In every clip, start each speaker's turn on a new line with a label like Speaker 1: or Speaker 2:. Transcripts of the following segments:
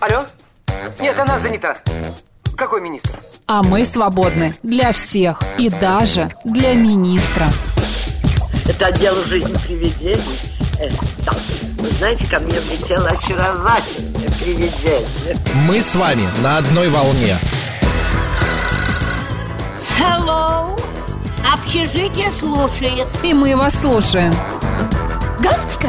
Speaker 1: Алло? Нет, она занята. Какой министр?
Speaker 2: А мы свободны для всех и даже для министра.
Speaker 3: Это отдел жизни привидений. Э, да. Вы знаете, ко мне влетело очаровательное привидение.
Speaker 4: Мы с вами на одной волне.
Speaker 5: Hello! Общежитие слушает.
Speaker 2: И мы вас слушаем.
Speaker 6: Галочка,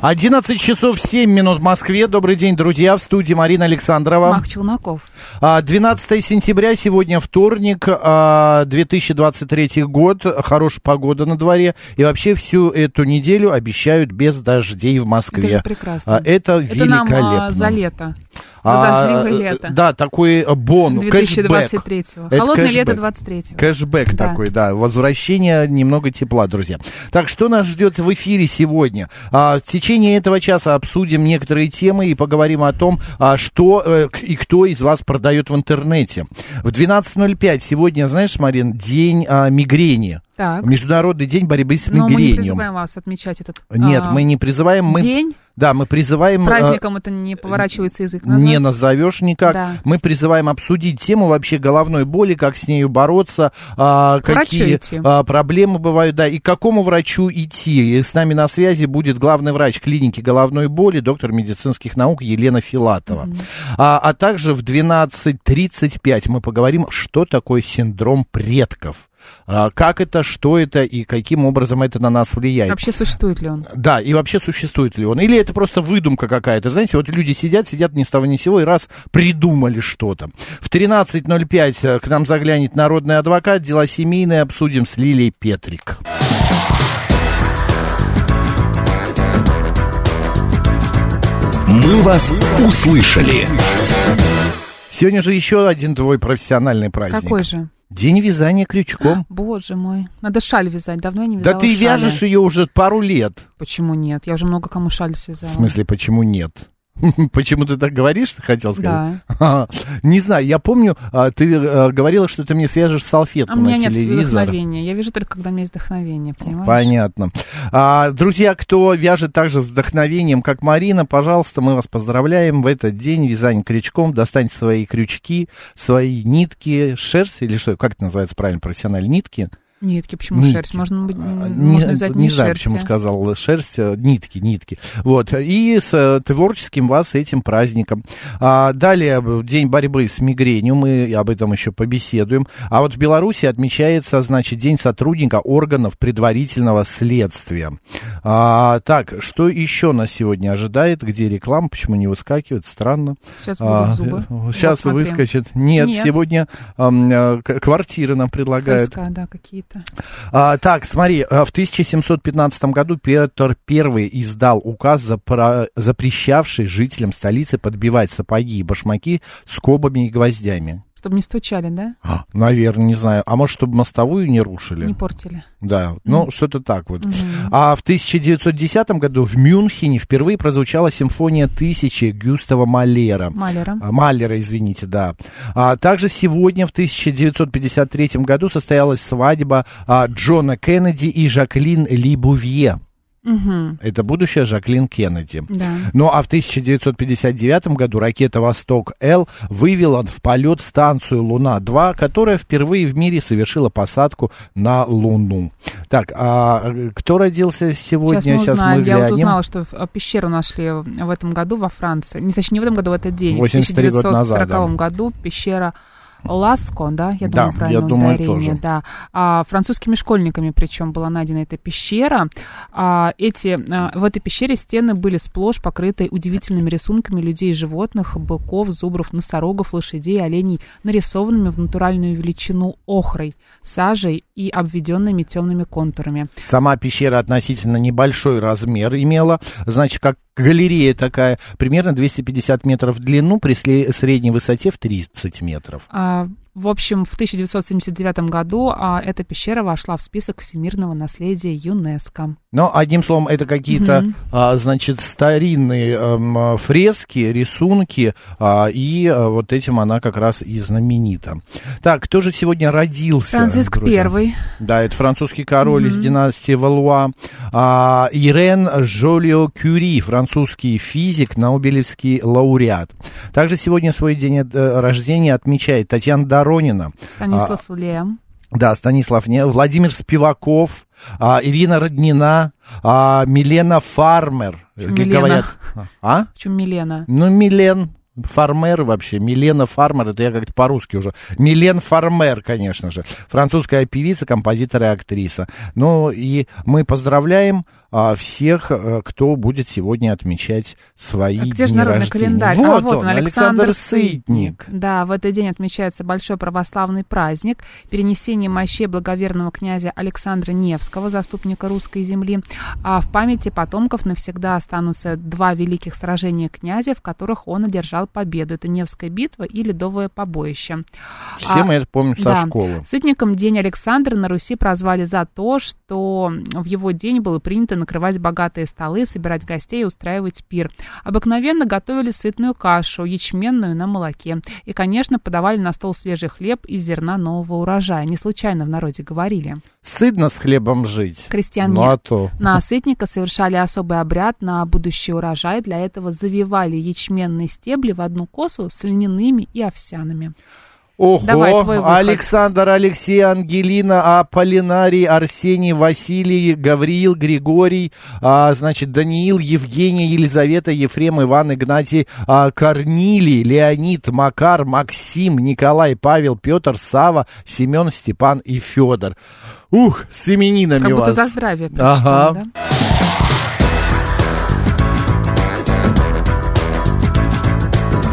Speaker 4: 11 часов 7 минут в Москве. Добрый день, друзья. В студии Марина Александрова.
Speaker 2: Мак Челноков.
Speaker 4: А, 12 сентября, сегодня вторник, а, 2023 год. Хорошая погода на дворе. И вообще всю эту неделю обещают без дождей в Москве.
Speaker 2: Это же прекрасно.
Speaker 4: А, Это
Speaker 2: Это нам
Speaker 4: великолепно.
Speaker 2: а, за лето.
Speaker 4: А,
Speaker 2: За дождливое
Speaker 4: э,
Speaker 2: лето.
Speaker 4: Да, такой э, бон,
Speaker 2: 2023.
Speaker 4: кэшбэк. Это
Speaker 2: Холодное
Speaker 4: кэшбэк.
Speaker 2: лето 23.
Speaker 4: Кэшбэк
Speaker 2: Да.
Speaker 4: такой, да. Возвращение немного тепла, друзья. Так, что нас ждет в эфире сегодня? А, в течение этого часа обсудим некоторые темы и поговорим о том, а, что э, к- и кто из вас продает в интернете. В 12.05 сегодня, знаешь, Марин, день а, мигрени.
Speaker 2: Так.
Speaker 4: Международный день борьбы с
Speaker 2: Но мы не
Speaker 4: мигренью.
Speaker 2: призываем вас отмечать этот
Speaker 4: Нет,
Speaker 2: а,
Speaker 4: мы не призываем. Мы,
Speaker 2: день.
Speaker 4: Да, мы призываем... э,
Speaker 2: Праздником это не поворачивается язык назвать.
Speaker 4: не назовешь никак.
Speaker 2: Да.
Speaker 4: Мы призываем обсудить тему вообще головной боли, как с нею бороться, а,
Speaker 2: К врачу
Speaker 4: какие
Speaker 2: идти.
Speaker 4: а, проблемы бывают, да, и к какому врачу идти. И с нами на связи будет главный врач клиники головной боли, доктор медицинских наук Елена Филатова. А, а также в 12.35 мы поговорим, что такое синдром предков. А, Как это, что это и каким образом это на нас влияет.
Speaker 2: Вообще существует ли он?
Speaker 4: Да, и вообще существует ли он? Или это просто выдумка какая-то? Знаете, вот люди сидят, сидят ни с того ни с сего и раз придумали что-то. В 13.05 э, к нам заглянет народный адвокат, дела семейные обсудим с Лилией Петрик.
Speaker 7: «Мы вас услышали».
Speaker 4: Сегодня же еще один твой профессиональный праздник.
Speaker 2: Какой же? А,
Speaker 4: День вязания крючком.
Speaker 2: Боже мой. Надо шаль вязать. Давно я не вязала
Speaker 4: Да ты
Speaker 2: шали.
Speaker 4: вяжешь ее уже пару лет.
Speaker 2: Почему нет? Я уже много кому шаль связала.
Speaker 4: В смысле, почему нет? Почему ты так говоришь, хотел сказать?
Speaker 2: Да.
Speaker 4: Не знаю, я помню, а, ты э, говорила, что ты мне свяжешь салфетку
Speaker 2: А у меня
Speaker 4: на
Speaker 2: нет
Speaker 4: телевизор. Ну,
Speaker 2: вдохновения. Я вижу только, когда у меня есть вдохновение, понимаешь?
Speaker 4: Понятно. А, друзья, кто вяжет также с вдохновением, как Марина, пожалуйста, мы вас поздравляем в этот день вязание крючком. Достаньте свои крючки, свои нитки, шерсть или что, как это называется правильно, профессиональные нитки?
Speaker 2: Нитки, почему
Speaker 4: Нитки.
Speaker 2: шерсть? Можно, быть,
Speaker 4: А,
Speaker 2: м,
Speaker 4: Не,
Speaker 2: можно взять
Speaker 4: не
Speaker 2: не
Speaker 4: знаю,
Speaker 2: шерсти.
Speaker 4: почему сказал шерсть, э, нитки, нитки. Вот, и с э, творческим вас этим праздником. А, далее, э, День борьбы с мигренью, мы об этом еще побеседуем. А вот в Беларуси отмечается, значит, День сотрудника органов предварительного следствия. А, так, что еще нас сегодня ожидает? Где реклама? Почему не выскакивает? Странно.
Speaker 2: Сейчас будут зубы.
Speaker 4: сейчас
Speaker 2: Вот смотри.
Speaker 4: выскочит. Нет,
Speaker 2: Нет.
Speaker 4: сегодня ам, э, к- квартиры нам предлагают.
Speaker 2: Поиска, да, какие-то.
Speaker 4: А, так, смотри, а, в 1715 году Петр I издал указ, запра- запрещавший жителям столицы подбивать сапоги и башмаки скобами и гвоздями.
Speaker 2: Чтобы не стучали, да?
Speaker 4: А, Наверное, не знаю. А может, чтобы мостовую не рушили?
Speaker 2: Не портили.
Speaker 4: Да, ну что-то так вот. А в 1910 году в Мюнхене впервые прозвучала симфония тысячи Гюстава Малера.
Speaker 2: Малера.
Speaker 4: А, Малера, извините, да. А, также сегодня, в 1953 году, состоялась свадьба а, Джона Кеннеди и Жаклин Ли Бувье. Это будущая Жаклин Кеннеди.
Speaker 2: Да.
Speaker 4: Ну а в 1959 году ракета «Восток-Л» вывела в полет станцию «Луна-2», которая впервые в мире совершила посадку на Луну. Так, а э, кто родился сегодня?
Speaker 2: Сейчас мы узнаем.
Speaker 4: мы
Speaker 2: Я вот
Speaker 4: глянем.
Speaker 2: узнала, что в- э, пещеру нашли в в этом году во Франции. Не, точнее, не в этом году, в этот день. В
Speaker 4: 83 года
Speaker 2: 1940
Speaker 4: назад,
Speaker 2: году пещера Ласко, да, я
Speaker 4: Да,
Speaker 2: думаю, правильно
Speaker 4: я думаю, тоже.
Speaker 2: да. А, французскими школьниками причем была найдена эта пещера. А, эти, а, в этой пещере стены были сплошь покрыты удивительными рисунками людей и животных, быков, зубров, носорогов, лошадей, оленей, нарисованными в натуральную величину охрой, сажей и обведенными темными контурами.
Speaker 4: Сама пещера относительно небольшой размер имела, значит, как галерея такая, примерно 250 метров в длину при сле- средней высоте в 30 метров.
Speaker 2: А, В общем, в 1979 году а, эта пещера вошла в список всемирного наследия ЮНЕСКО.
Speaker 4: Но, одним словом, это какие-то, а, значит, старинные эм, а, фрески, рисунки, а, и а, вот этим она как раз и знаменита. Так, кто же сегодня родился?
Speaker 2: Франциск
Speaker 4: друзья?
Speaker 2: I.
Speaker 4: Да, это французский король из династии Валуа. А, Ирен Жолио Кюри, французский физик, Нобелевский лауреат. Также сегодня свой день э, рождения отмечает Татьяна Доронина. А,
Speaker 2: Станислав Лем.
Speaker 4: Да, Станислав Не, Владимир Спиваков, а, Ирина Роднина, а, Милена Фармер. э, Как
Speaker 2: Милена?
Speaker 4: Говорят. А?
Speaker 2: Почему Милена?
Speaker 4: Ну, Милен. Фармер вообще, Милена Фармер, это я как-то по-русски уже. Милен Фармер, конечно же. Французская певица, композитор и актриса. Ну и мы поздравляем а, всех, а, кто будет сегодня отмечать свои
Speaker 2: А где же
Speaker 4: дни
Speaker 2: народный
Speaker 4: рождения.
Speaker 2: календарь?
Speaker 4: Вот,
Speaker 2: а вот он, Александр,
Speaker 4: Сытник.
Speaker 2: Да, в этот день отмечается большой православный праздник, перенесение мощей благоверного князя Александра Невского, заступника русской земли. А в памяти потомков навсегда останутся два великих сражения князя, в которых он одержал победу. Это Невская битва и Ледовое побоище.
Speaker 4: Все
Speaker 2: А,
Speaker 4: мы это помним со
Speaker 2: да.
Speaker 4: школы.
Speaker 2: Сытником День Александра на Руси прозвали за то, что в его день было принято накрывать богатые столы, собирать гостей и устраивать пир. Обыкновенно готовили сытную кашу, ячменную на молоке. И, конечно, подавали на стол свежий хлеб из зерна нового урожая. Не случайно в народе говорили.
Speaker 4: Сыдно с хлебом жить.
Speaker 2: Крестьяне.
Speaker 4: Ну а то.
Speaker 2: На сытника совершали особый обряд на будущий урожай. Для этого завивали ячменные стебли в одну косу с льняными и овсяными.
Speaker 4: Ого,
Speaker 2: Давай, твой выход.
Speaker 4: Александр, Алексей, Ангелина, Аполлинарий, Арсений, Василий, Гавриил, Григорий, а, значит, Даниил, Евгений, Елизавета, Ефрем, Иван, Игнатий, а, Корнилий, Леонид, Макар, Максим, Николай, Павел, Петр, Сава, Семен, Степан и Федор. Ух, с именинами
Speaker 2: Как будто
Speaker 4: вас.
Speaker 2: за здравие прочитала,
Speaker 4: Ага.
Speaker 2: да?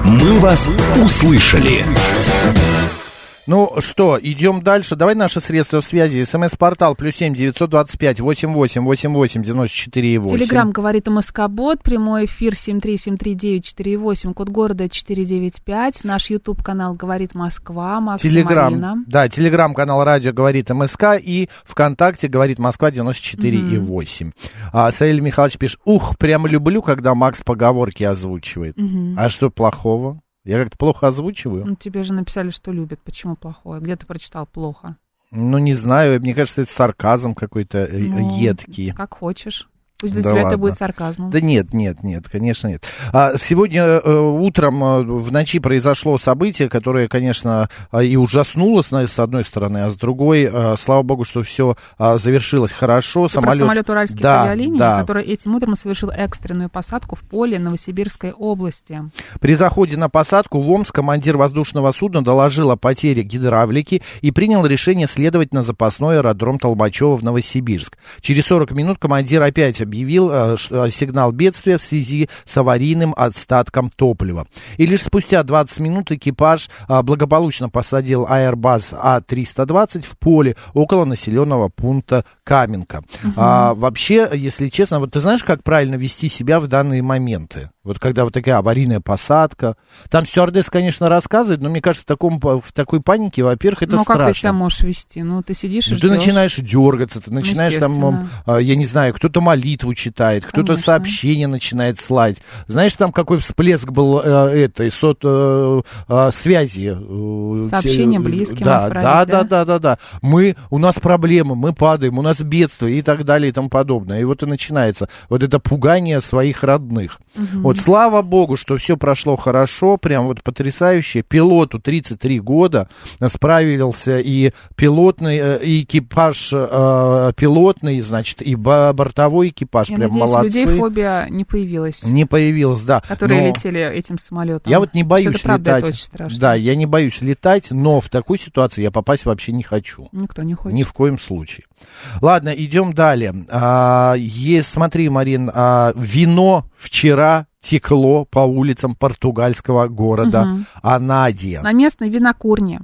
Speaker 7: «Мы вас услышали».
Speaker 4: Ну что, идем дальше. Давай наши средства связи. СМС-портал плюс семь девятьсот двадцать пять восемь восемь восемь восемь девяносто четыре и восемь.
Speaker 2: Телеграм говорит МСК-бот, прямой эфир 7373948, код города 495, наш YouTube-канал говорит Москва, Макс и Марина.
Speaker 4: Телеграм, да, телеграм-канал радио говорит МСК и ВКонтакте говорит Москва 94 и 8. А Саиль Михайлович пишет, ух, прям люблю, когда Макс поговорки озвучивает. А что плохого? Я как-то плохо озвучиваю?
Speaker 2: Ну, тебе же написали, что любят, почему плохое? Где ты прочитал плохо?
Speaker 4: Ну, не знаю, мне кажется, это сарказм какой-то э,
Speaker 2: Ну,
Speaker 4: едкий.
Speaker 2: Как хочешь. Пусть для
Speaker 4: Да
Speaker 2: тебя
Speaker 4: ладно.
Speaker 2: это будет сарказмом.
Speaker 4: Да нет, нет, нет, конечно нет. А сегодня э, утром э, в ночи произошло событие, которое, конечно, а, и ужаснуло с, с одной стороны, а с другой, э, слава богу, что все завершилось хорошо.
Speaker 2: Ты про самолет Уральских
Speaker 4: Да,
Speaker 2: авиалиний,
Speaker 4: да.
Speaker 2: который этим утром совершил экстренную посадку в поле Новосибирской области.
Speaker 4: При заходе на посадку в Омск командир воздушного судна доложил о потере гидравлики и принял решение следовать на запасной аэродром Толмачева в Новосибирск. Через 40 минут командир опять объявил э, ш- э, сигнал бедствия в связи с аварийным отстатком топлива. И лишь спустя 20 минут экипаж э, благополучно посадил Airbus А320 в поле около населенного пункта Каменка. А, вообще, если честно, вот ты знаешь, как правильно вести себя в данные моменты? Вот когда вот такая аварийная посадка. Там стюардесс, конечно, рассказывает, но мне кажется, в, таком, па- в такой панике, во-первых, это
Speaker 2: ну,
Speaker 4: страшно.
Speaker 2: как ты себя можешь вести? Ну, ты сидишь и
Speaker 4: Ну, ты
Speaker 2: ждёшь.
Speaker 4: начинаешь дергаться, ты начинаешь там, м,
Speaker 2: естественно.
Speaker 4: а, я не знаю, кто-то молитву читает, кто-то
Speaker 2: Конечно.
Speaker 4: сообщение начинает слать. Знаешь, там какой всплеск был э, этой сот, э, э, связи. э,
Speaker 2: Сообщение
Speaker 4: те-
Speaker 2: близким
Speaker 4: Да,
Speaker 2: отправить,
Speaker 4: да,
Speaker 2: да?
Speaker 4: да, да, да, да. Мы, у нас проблемы, мы падаем, у нас бедство и так далее и тому подобное. И вот и начинается вот это пугание своих родных. Вот слава богу, что все прошло хорошо, прям вот потрясающе. Пилоту 33 года э, справился и пилотный, э, и экипаж э, пилотный, значит, и бо- бортовой экипаж,
Speaker 2: Я
Speaker 4: прям
Speaker 2: надеюсь, у людей
Speaker 4: молодцы.
Speaker 2: фобия не появилась.
Speaker 4: Не появилось, да.
Speaker 2: которые
Speaker 4: Но-
Speaker 2: летели этим самолетом.
Speaker 4: я вот не
Speaker 2: Потому
Speaker 4: боюсь
Speaker 2: что это правда,
Speaker 4: летать.
Speaker 2: это очень страшно.
Speaker 4: Да, я не боюсь летать, но в такую ситуацию я попасть вообще не хочу.
Speaker 2: Никто не хочет.
Speaker 4: Ни в коем случае. Ладно, идем далее. А, е- смотри, Марин, а, вино вчера текло по улицам португальского города
Speaker 2: Мгм.
Speaker 4: Анадия.
Speaker 2: На местной винокурне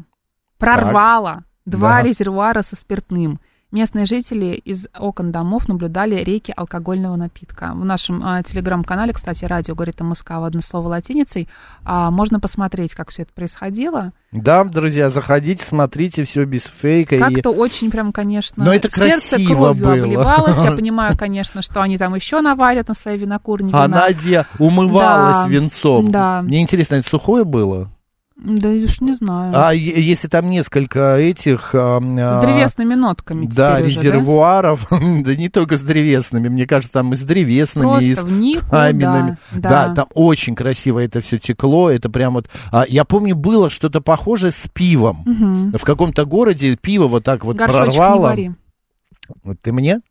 Speaker 2: прорвало два
Speaker 4: Да.
Speaker 2: резервуара со спиртным. Местные жители из окон домов наблюдали реки алкогольного напитка. В нашем а, телеграм-канале, кстати, радио говорит о Москва в одно слово латиницей, а, можно посмотреть, как все это происходило.
Speaker 4: Да, друзья, заходите, смотрите, все без фейка. и-
Speaker 2: Как-то очень прям, конечно,
Speaker 4: Но это
Speaker 2: сердце
Speaker 4: красиво
Speaker 2: кровью
Speaker 4: было.
Speaker 2: обливалось. Я понимаю, конечно, что они там еще наварят на своей винокурне
Speaker 4: А
Speaker 2: вина.
Speaker 4: Надя умывалась
Speaker 2: Да.
Speaker 4: венцом.
Speaker 2: Да.
Speaker 4: Мне интересно, это сухое было?
Speaker 2: Да уж не знаю.
Speaker 4: А е- если там несколько этих... а, м,
Speaker 2: С
Speaker 4: а,
Speaker 2: древесными нотками
Speaker 4: Да,
Speaker 2: теперь уже,
Speaker 4: резервуаров, да? не только с древесными, мне кажется, там и с древесными,
Speaker 2: Просто
Speaker 4: и с
Speaker 2: в никуда,
Speaker 4: каменными.
Speaker 2: да.
Speaker 4: там очень красиво это все текло, это прям вот... а, я помню, было что-то похожее с пивом. В каком-то городе пиво вот так вот
Speaker 2: Горшочек не
Speaker 4: прорвало.
Speaker 2: вари.
Speaker 4: Вот ты мне?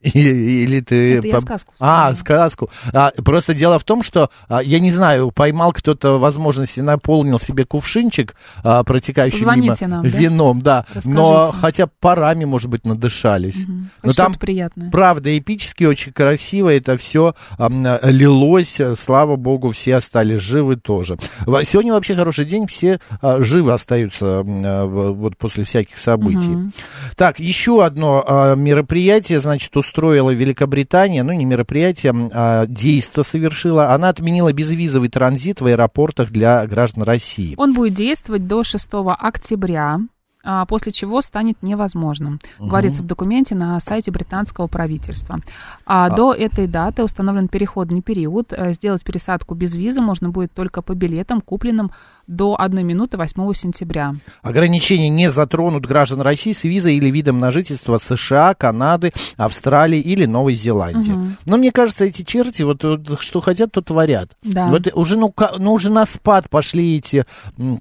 Speaker 4: И- Или ты...
Speaker 2: Ну, Это я
Speaker 4: по-
Speaker 2: сказку
Speaker 4: А,
Speaker 2: вспомнила.
Speaker 4: сказку. А, просто дело в том, что, а, я не знаю, поймал кто-то возможности, наполнил себе кувшинчик, а, протекающий
Speaker 2: Позвоните
Speaker 4: мимо
Speaker 2: нам, да?
Speaker 4: вином, да. Но
Speaker 2: Расскажите.
Speaker 4: хотя бы парами, может быть, надышались. Но
Speaker 2: Хоть
Speaker 4: там,
Speaker 2: что-то приятное.
Speaker 4: правда, эпически, очень красиво это все лилось. э, Слава богу, все остались живы тоже. Во- Сегодня вообще хороший день, все а, живы остаются м, а, в- вот после всяких событий. Так, еще одно а, мероприятие, значит, устроила Великобритания, ну не мероприятие, м, а действо совершила. Она отменила безвизовый транзит в аэропортах для граждан России.
Speaker 2: Он будет действовать до 6 октября, а, после чего станет невозможным, говорится в документе на сайте британского правительства. А, До этой даты установлен переходный период. Э, Сделать пересадку без визы можно будет только по билетам, купленным до 1 минуты 8 сентября.
Speaker 4: Ограничения не затронут граждан России с визой или видом на жительство США, Канады, Австралии или Новой Зеландии. Но мне кажется, эти черти, вот, вот что хотят, то творят.
Speaker 2: Да.
Speaker 4: Вот уже, ну, ка- ну, уже на спад пошли эти м,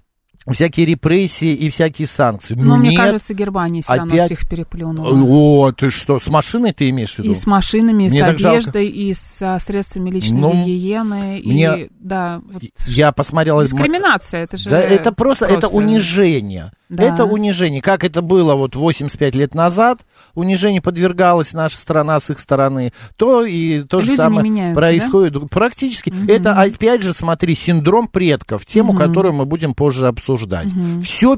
Speaker 4: всякие репрессии и всякие санкции.
Speaker 2: Но, Ну, мне
Speaker 4: нет.
Speaker 2: кажется, Германия все равно
Speaker 4: опять-
Speaker 2: всех переплюнула.
Speaker 4: О, ты что, с машиной ты имеешь в виду?
Speaker 2: И с машинами, и
Speaker 4: Мне
Speaker 2: с
Speaker 4: так жалко.
Speaker 2: одеждой, и с а, средствами личной
Speaker 4: Ну,
Speaker 2: гигиены.
Speaker 4: мне-
Speaker 2: И, да, вот
Speaker 4: Я посмотрел... из ма-
Speaker 2: дискриминация, это же...
Speaker 4: Да, это просто, это унижение.
Speaker 2: Да.
Speaker 4: Это унижение. Как это было вот 85 лет назад, унижение подвергалась наша страна с их стороны, то и то же
Speaker 2: Люди не
Speaker 4: самое
Speaker 2: меняются,
Speaker 4: происходит. Практически. Это, опять же, смотри, синдром предков, тему, которую мы будем позже обсуждать. Все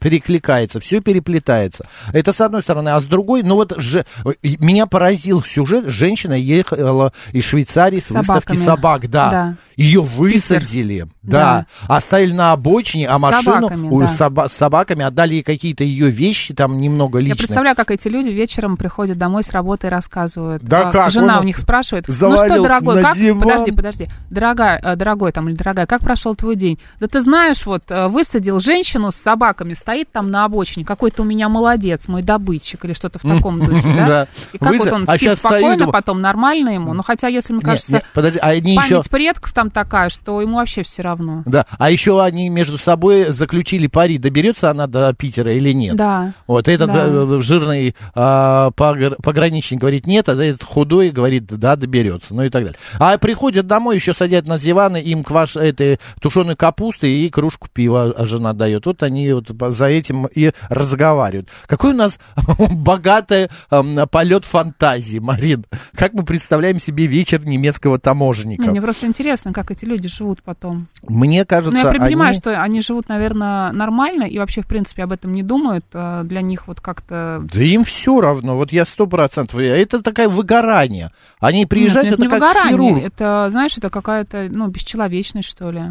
Speaker 4: перекликается, все переплетается. Это с одной стороны. А с другой, ну вот же, и меня поразил сюжет. Женщина ехала из Швейцарии с выставки
Speaker 2: собаками.
Speaker 4: собак, да.
Speaker 2: Да.
Speaker 4: Ее высадили, да. оставили на обочине, а
Speaker 2: С
Speaker 4: машину
Speaker 2: собаками,
Speaker 4: у-
Speaker 2: да.
Speaker 4: соба- с собаками отдали ей какие-то ее вещи, там немного
Speaker 2: Я
Speaker 4: личные.
Speaker 2: представляю, как эти люди вечером приходят домой с работы и рассказывают.
Speaker 4: Да
Speaker 2: А,
Speaker 4: как,
Speaker 2: Жена
Speaker 4: он
Speaker 2: у них спрашивает, ну что,
Speaker 4: завалился
Speaker 2: дорогой,
Speaker 4: на
Speaker 2: как...
Speaker 4: диван».
Speaker 2: Подожди, подожди. Дорогая, э, дорогой там или дорогая, как прошел твой день? Да ты знаешь, вот э, высадил женщину с собаками, стоит там на обочине, какой-то у меня молодец, мой добытчик или что-то в таком духе,
Speaker 4: Да.
Speaker 2: да? И как вот
Speaker 4: Высад-
Speaker 2: он
Speaker 4: а
Speaker 2: спит
Speaker 4: щас стою и
Speaker 2: спокойно,
Speaker 4: думаю-
Speaker 2: потом нормально ему. Ну хотя, если, мне
Speaker 4: Не, не,
Speaker 2: кажется,
Speaker 4: подожди, а они еще...
Speaker 2: память предков там такая, что ему вообще все равно.
Speaker 4: Да, а еще они между собой заключили пари, доберется она до Питера или нет.
Speaker 2: Да.
Speaker 4: Вот этот
Speaker 2: Да.
Speaker 4: э, жирный а, погр- пограничник говорит нет, а этот худой говорит да, доберется, ну и так далее. А приходят домой, еще садят на диваны, им кваш этой тушеной капусты и кружку пива а, жена дает. Вот они вот по- за этим и разговаривают. Какой у нас богатый эм, полет фантазии, Марин. Как мы представляем себе вечер немецкого таможенника?
Speaker 2: Не, Мне просто интересно, как эти люди живут потом.
Speaker 4: Мне кажется,
Speaker 2: Ну, я понимаю,
Speaker 4: они-
Speaker 2: что они живут, наверное, нормально и вообще, в принципе, об этом не думают. А, Для них вот как-то...
Speaker 4: Да им все равно, вот я сто процентов. э, Это такое выгорание. Они приезжают,
Speaker 2: Нет,
Speaker 4: это
Speaker 2: нет, не
Speaker 4: как
Speaker 2: выгорание.
Speaker 4: хирург.
Speaker 2: Это, знаешь, это какая-то, ну, бесчеловечность, что ли.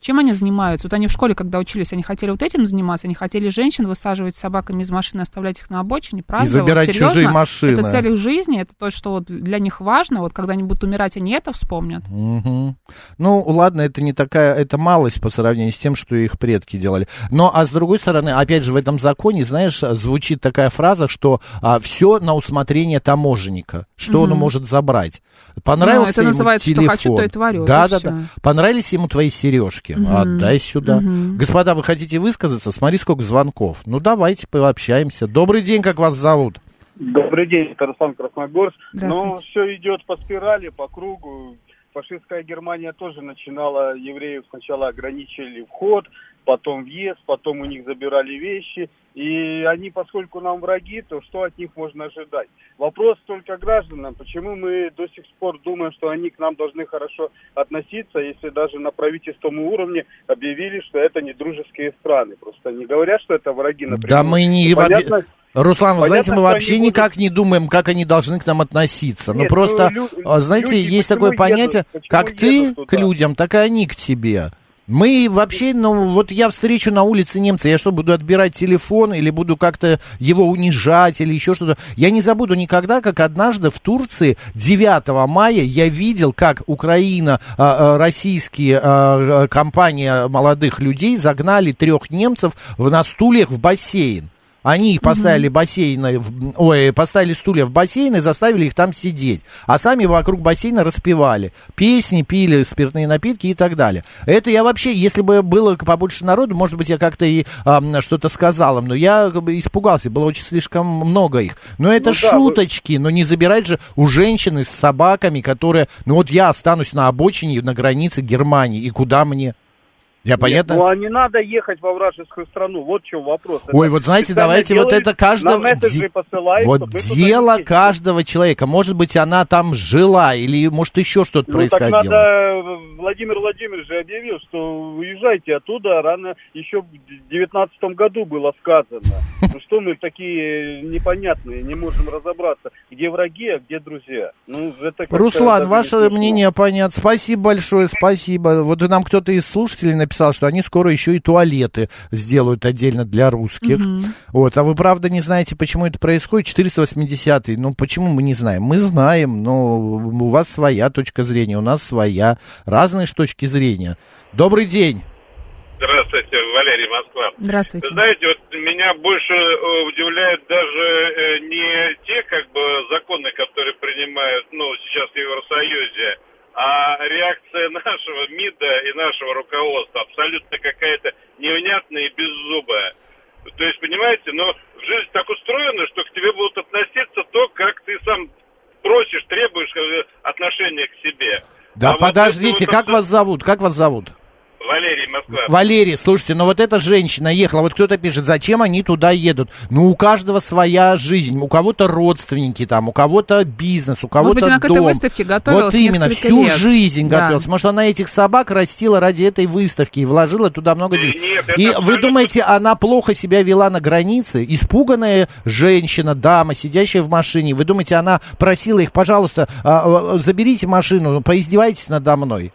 Speaker 2: Чем они занимаются? Вот они в школе, когда учились, они хотели вот этим заниматься, они хотели женщин высаживать с собаками из машины, оставлять их на обочине, правда? Вот
Speaker 4: забирать
Speaker 2: серьезно?
Speaker 4: чужие машины.
Speaker 2: Это цель их жизни, это то, что вот для них важно. Вот когда они будут умирать, они это вспомнят.
Speaker 4: Мгм. Ну, ладно, это не такая, это малость по сравнению с тем, что их предки делали. Но, а с другой стороны, опять же, в этом законе, знаешь, звучит такая фраза, что все на усмотрение таможенника, что он может забрать. Понравился
Speaker 2: Ну, это
Speaker 4: ему
Speaker 2: называется, что
Speaker 4: телефон.
Speaker 2: хочу, то и творю,
Speaker 4: Да,
Speaker 2: это
Speaker 4: да, да. Понравились ему твои сережки, отдай сюда. Господа, вы хотите высказаться? Смотри, сколько звонков. Ну, давайте пообщаемся. Добрый день, как вас зовут?
Speaker 8: Добрый день, это Руслан Красногорск. Ну,
Speaker 2: Здравствуйте.
Speaker 8: все идет по спирали, по кругу. Фашистская Германия тоже начинала, евреев сначала ограничили вход, потом въезд, потом у них забирали вещи. И они, поскольку нам враги, то что от них можно ожидать? Вопрос только гражданам, почему мы до сих пор думаем, что они к нам должны хорошо относиться, если даже на правительственном уровне объявили, что это не дружеские страны. Просто не говорят, что это враги.
Speaker 4: Да мы не...
Speaker 8: Понятно,
Speaker 4: Руслан, вы
Speaker 8: Понятно,
Speaker 4: знаете, мы
Speaker 8: что они
Speaker 4: вообще
Speaker 8: будут-
Speaker 4: никак не думаем, как они должны к нам относиться. ну
Speaker 8: Нет,
Speaker 4: просто,
Speaker 8: ну, лю-
Speaker 4: а, знаете,
Speaker 8: люди
Speaker 4: есть
Speaker 8: почему
Speaker 4: такое понятие,
Speaker 8: едут? Почему
Speaker 4: как ты
Speaker 8: едут туда?
Speaker 4: к людям, так и они к тебе. Мы вообще, ну, вот я встречу на улице немца, я что, буду отбирать телефон или буду как-то его унижать или еще что-то? Я не забуду никогда, как однажды в Турции 9 мая я видел, как Украина, а, а, российские а, а, компания молодых людей загнали трех немцев в, на стульях в бассейн. Они их поставили бассейны, в- ой, поставили стулья в бассейн и заставили их там сидеть. А сами вокруг бассейна распевали. Песни пили, спиртные напитки и так далее. Это я вообще, если бы было побольше народу, может быть, я как-то и ам, что-то сказал им. Но я как бы испугался, было очень слишком много их. Но это
Speaker 8: Ну да, вы-
Speaker 4: шуточки, но не забирать же у женщины с собаками, которые... Ну вот я останусь на обочине, на границе Германии, и куда мне? Я понятно?
Speaker 8: Ну, а не надо ехать во вражескую страну. Вот в чем вопрос.
Speaker 4: Ой,
Speaker 8: Это
Speaker 4: вот знаете,
Speaker 8: специально
Speaker 4: давайте вот
Speaker 8: делают,
Speaker 4: это каждого
Speaker 8: нам мессенджеры
Speaker 4: де-
Speaker 8: посылают,
Speaker 4: Вот
Speaker 8: чтобы мы туда
Speaker 4: дело
Speaker 8: не ездили.
Speaker 4: каждого человека. Может быть, она там жила, или может еще что-то
Speaker 8: Ну, так
Speaker 4: происходило.
Speaker 8: надо, э, Владимир Владимирович же объявил, что уезжайте оттуда рано, еще в девятнадцатом году было сказано. Ну что мы такие непонятные, не можем разобраться, где враги, а где друзья. Ну, это ну. как-то даже
Speaker 4: Руслан,
Speaker 8: не
Speaker 4: ваше
Speaker 8: смешно.
Speaker 4: мнение понятно. Спасибо большое, спасибо. Вот и нам кто-то из слушателей написал, что они скоро еще и туалеты сделают отдельно для русских. Вот, а вы правда не знаете, почему это происходит? 480-й, ну почему мы не знаем? Мы знаем, но у вас своя точка зрения, у нас своя. Разные ж точки зрения. Добрый день.
Speaker 9: Здравствуйте, Валерий Москва.
Speaker 2: Здравствуйте.
Speaker 9: Вы знаете, вот меня больше э, удивляют даже э, не те как бы законы, которые принимают ну, сейчас в Евросоюзе, а реакция нашего МИДа и нашего руководства абсолютно какая-то невнятная и беззубая. То есть, понимаете, но жизнь так устроена, что к тебе будут относиться то, как ты сам просишь, требуешь э, отношения к себе. А
Speaker 4: Да
Speaker 9: вот это
Speaker 4: подождите,
Speaker 9: вот
Speaker 4: как вас зовут? Как вас зовут?
Speaker 9: Валерий Москва.
Speaker 4: Валерий, слушайте, ну вот эта женщина ехала, вот кто-то пишет, зачем они туда едут? Ну, у каждого своя жизнь, у кого-то родственники там, у кого-то бизнес, у
Speaker 2: Может быть,
Speaker 4: кого-то
Speaker 2: она к этой
Speaker 4: дом.
Speaker 2: выставке
Speaker 4: Вот
Speaker 2: готовилась
Speaker 4: именно,
Speaker 2: несколько
Speaker 4: всю
Speaker 2: лет.
Speaker 4: жизнь
Speaker 2: Да.
Speaker 4: готовилась. Может, она этих собак растила ради этой выставки и вложила туда много
Speaker 9: Э,
Speaker 4: денег.
Speaker 9: нет, это
Speaker 4: и вы
Speaker 9: абсолютно-
Speaker 4: думаете, она плохо себя вела на границе? Испуганная женщина, дама, сидящая в машине, вы думаете, она просила их, пожалуйста, а, а, заберите машину, поиздевайтесь надо мной?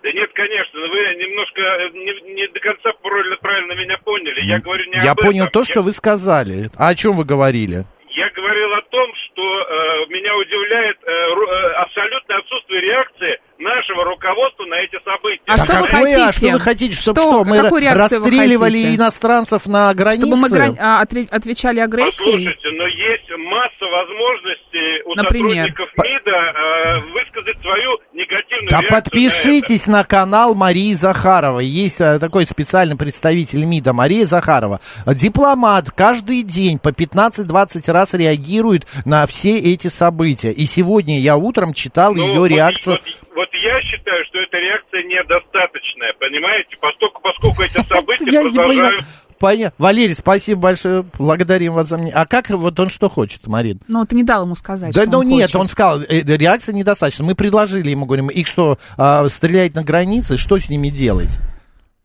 Speaker 9: Да нет, конечно, вы немножко э, не, не до конца правильно, правильно меня поняли. Я говорю не
Speaker 4: Ну, Я
Speaker 9: об
Speaker 4: понял
Speaker 9: этом.
Speaker 4: то, что вы сказали. А о чем вы говорили?
Speaker 9: Я, я говорил о том, что э, меня удивляет э, ру- э, абсолютное отсутствие реакции нашего руководства на эти события.
Speaker 2: А что вы
Speaker 4: какое-
Speaker 2: хотите?
Speaker 4: а что вы хотите? Чтобы
Speaker 2: Что-
Speaker 4: что, мы
Speaker 2: какую реакцию вы
Speaker 4: расстреливали
Speaker 2: хотите?
Speaker 4: иностранцев на границе?
Speaker 2: Чтобы мы грань- а, отре- отвечали агрессией?
Speaker 9: Послушайте, ну, но есть масса возможностей у
Speaker 2: Например?
Speaker 9: сотрудников МИДа э, высказать свою негативную
Speaker 4: Да
Speaker 9: реакцию. на это.
Speaker 4: подпишитесь на канал Марии Захаровой. Есть э, такой специальный представитель МИДа Мария Захарова. Дипломат каждый день по 15-20 раз реагирует на все эти события. И сегодня я утром читал
Speaker 9: Ну,
Speaker 4: ее
Speaker 9: вот-
Speaker 4: реакцию.
Speaker 9: Вот, вот я считаю, что эта реакция недостаточная, понимаете? Поскольку, поскольку эти события
Speaker 4: Я не понимаю.
Speaker 9: продолжают...
Speaker 4: Поня- Валерий, спасибо большое. Благодарим вас за мне. А как вот он что хочет, Марин?
Speaker 2: Ну, ты не дал ему сказать,
Speaker 4: Да,
Speaker 2: что
Speaker 4: ну
Speaker 2: он
Speaker 4: нет,
Speaker 2: хочет.
Speaker 4: он сказал, э, э, реакция недостаточно. Мы предложили ему, говорим, их что, а, стрелять на границе, что с ними делать?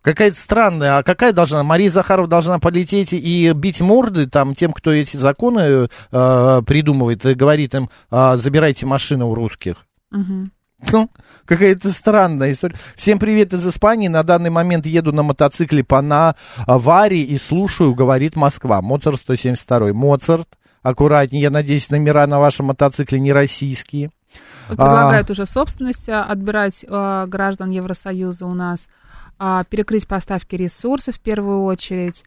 Speaker 4: Какая-то странная, а какая должна, Мария Захарова должна полететь и бить морды там тем, кто эти законы э, придумывает и говорит им, а, забирайте машины у русских.
Speaker 2: Мгм.
Speaker 4: Ну, какая-то странная история. Всем привет из Испании. На данный момент еду на мотоцикле по Наварии и слушаю, говорит Москва. Моцарт 172. Моцарт, аккуратнее. Я надеюсь, номера на вашем мотоцикле не российские. А.
Speaker 2: Вот Предлагают уже собственность а, отбирать а, граждан Евросоюза у нас, а, перекрыть поставки ресурсов в первую очередь.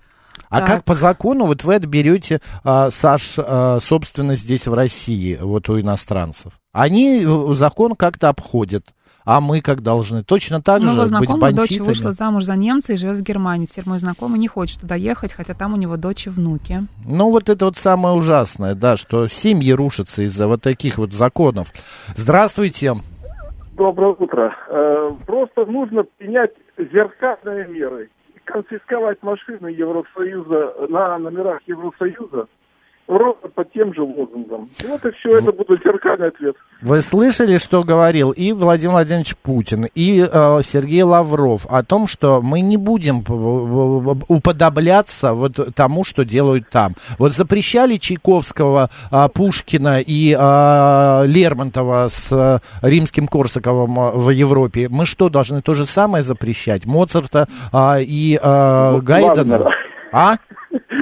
Speaker 4: А
Speaker 2: Так.
Speaker 4: как по закону вот вы отберете, а, Саш, а, собственность здесь в России, вот у иностранцев? Они э, закон как-то обходят, а мы как должны? Точно так
Speaker 2: У моего
Speaker 4: же быть
Speaker 2: знакомого дочь
Speaker 4: бандитами?
Speaker 2: вышла замуж за немца и живет в Германии. Теперь мой знакомый не хочет туда ехать, хотя там у него дочь и внуки.
Speaker 4: Ну, вот это вот самое ужасное, да, что семьи рушатся из-за вот таких вот законов. Здравствуйте.
Speaker 10: Доброе утро. Э, Просто нужно принять зеркальные меры. Конфисковать машины Евросоюза на номерах Евросоюза ровно по тем же лозунгам. Вот и
Speaker 4: Ну,
Speaker 10: все, это будет зеркальный ответ.
Speaker 4: Вы слышали, что говорил и Владимир Владимирович Путин, и э, Сергей Лавров о том, что мы не будем п- п- п- уподобляться вот тому, что делают там. Вот запрещали Чайковского, а, Пушкина и а, Лермонтова с а, римским Корсаковым а, в Европе. Мы что, должны то же самое запрещать? Моцарта а, и а, Гайдена?
Speaker 10: Ну, Вагнера.
Speaker 4: А?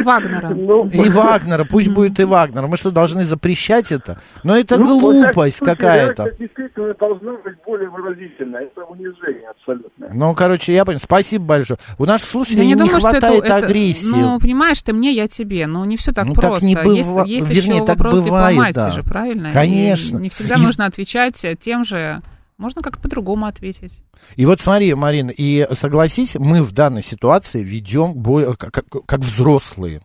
Speaker 2: Вагнера.
Speaker 4: И Вагнера, пусть будет и Вагнер. Мы что, должны запрещать это? Но это
Speaker 10: Ну, во всяком
Speaker 4: глупость
Speaker 10: случае,
Speaker 4: какая-то.
Speaker 10: реакция действительно должна быть более выразительная. Это унижение абсолютно.
Speaker 4: Ну, короче, я понял. Спасибо большое. У наших
Speaker 2: Ну, Я
Speaker 4: слушателей
Speaker 2: не,
Speaker 4: не,
Speaker 2: думаю, что это,
Speaker 4: хватает
Speaker 2: это-
Speaker 4: агрессии.
Speaker 2: Ну, понимаешь, ты мне, я тебе. Ну, не все так
Speaker 4: Ну, так
Speaker 2: просто.
Speaker 4: не
Speaker 2: Есть-
Speaker 4: быва-
Speaker 2: Есть,
Speaker 4: вернее,
Speaker 2: еще
Speaker 4: так
Speaker 2: вопрос
Speaker 4: бывает,
Speaker 2: дипломатии
Speaker 4: да.
Speaker 2: же, правильно? И
Speaker 4: Конечно.
Speaker 2: не всегда
Speaker 4: И-
Speaker 2: нужно отвечать тем же. Можно как-то по-другому ответить.
Speaker 4: И вот смотри, Марина, и согласись, мы в данной ситуации ведем бо- как, как- как взрослые.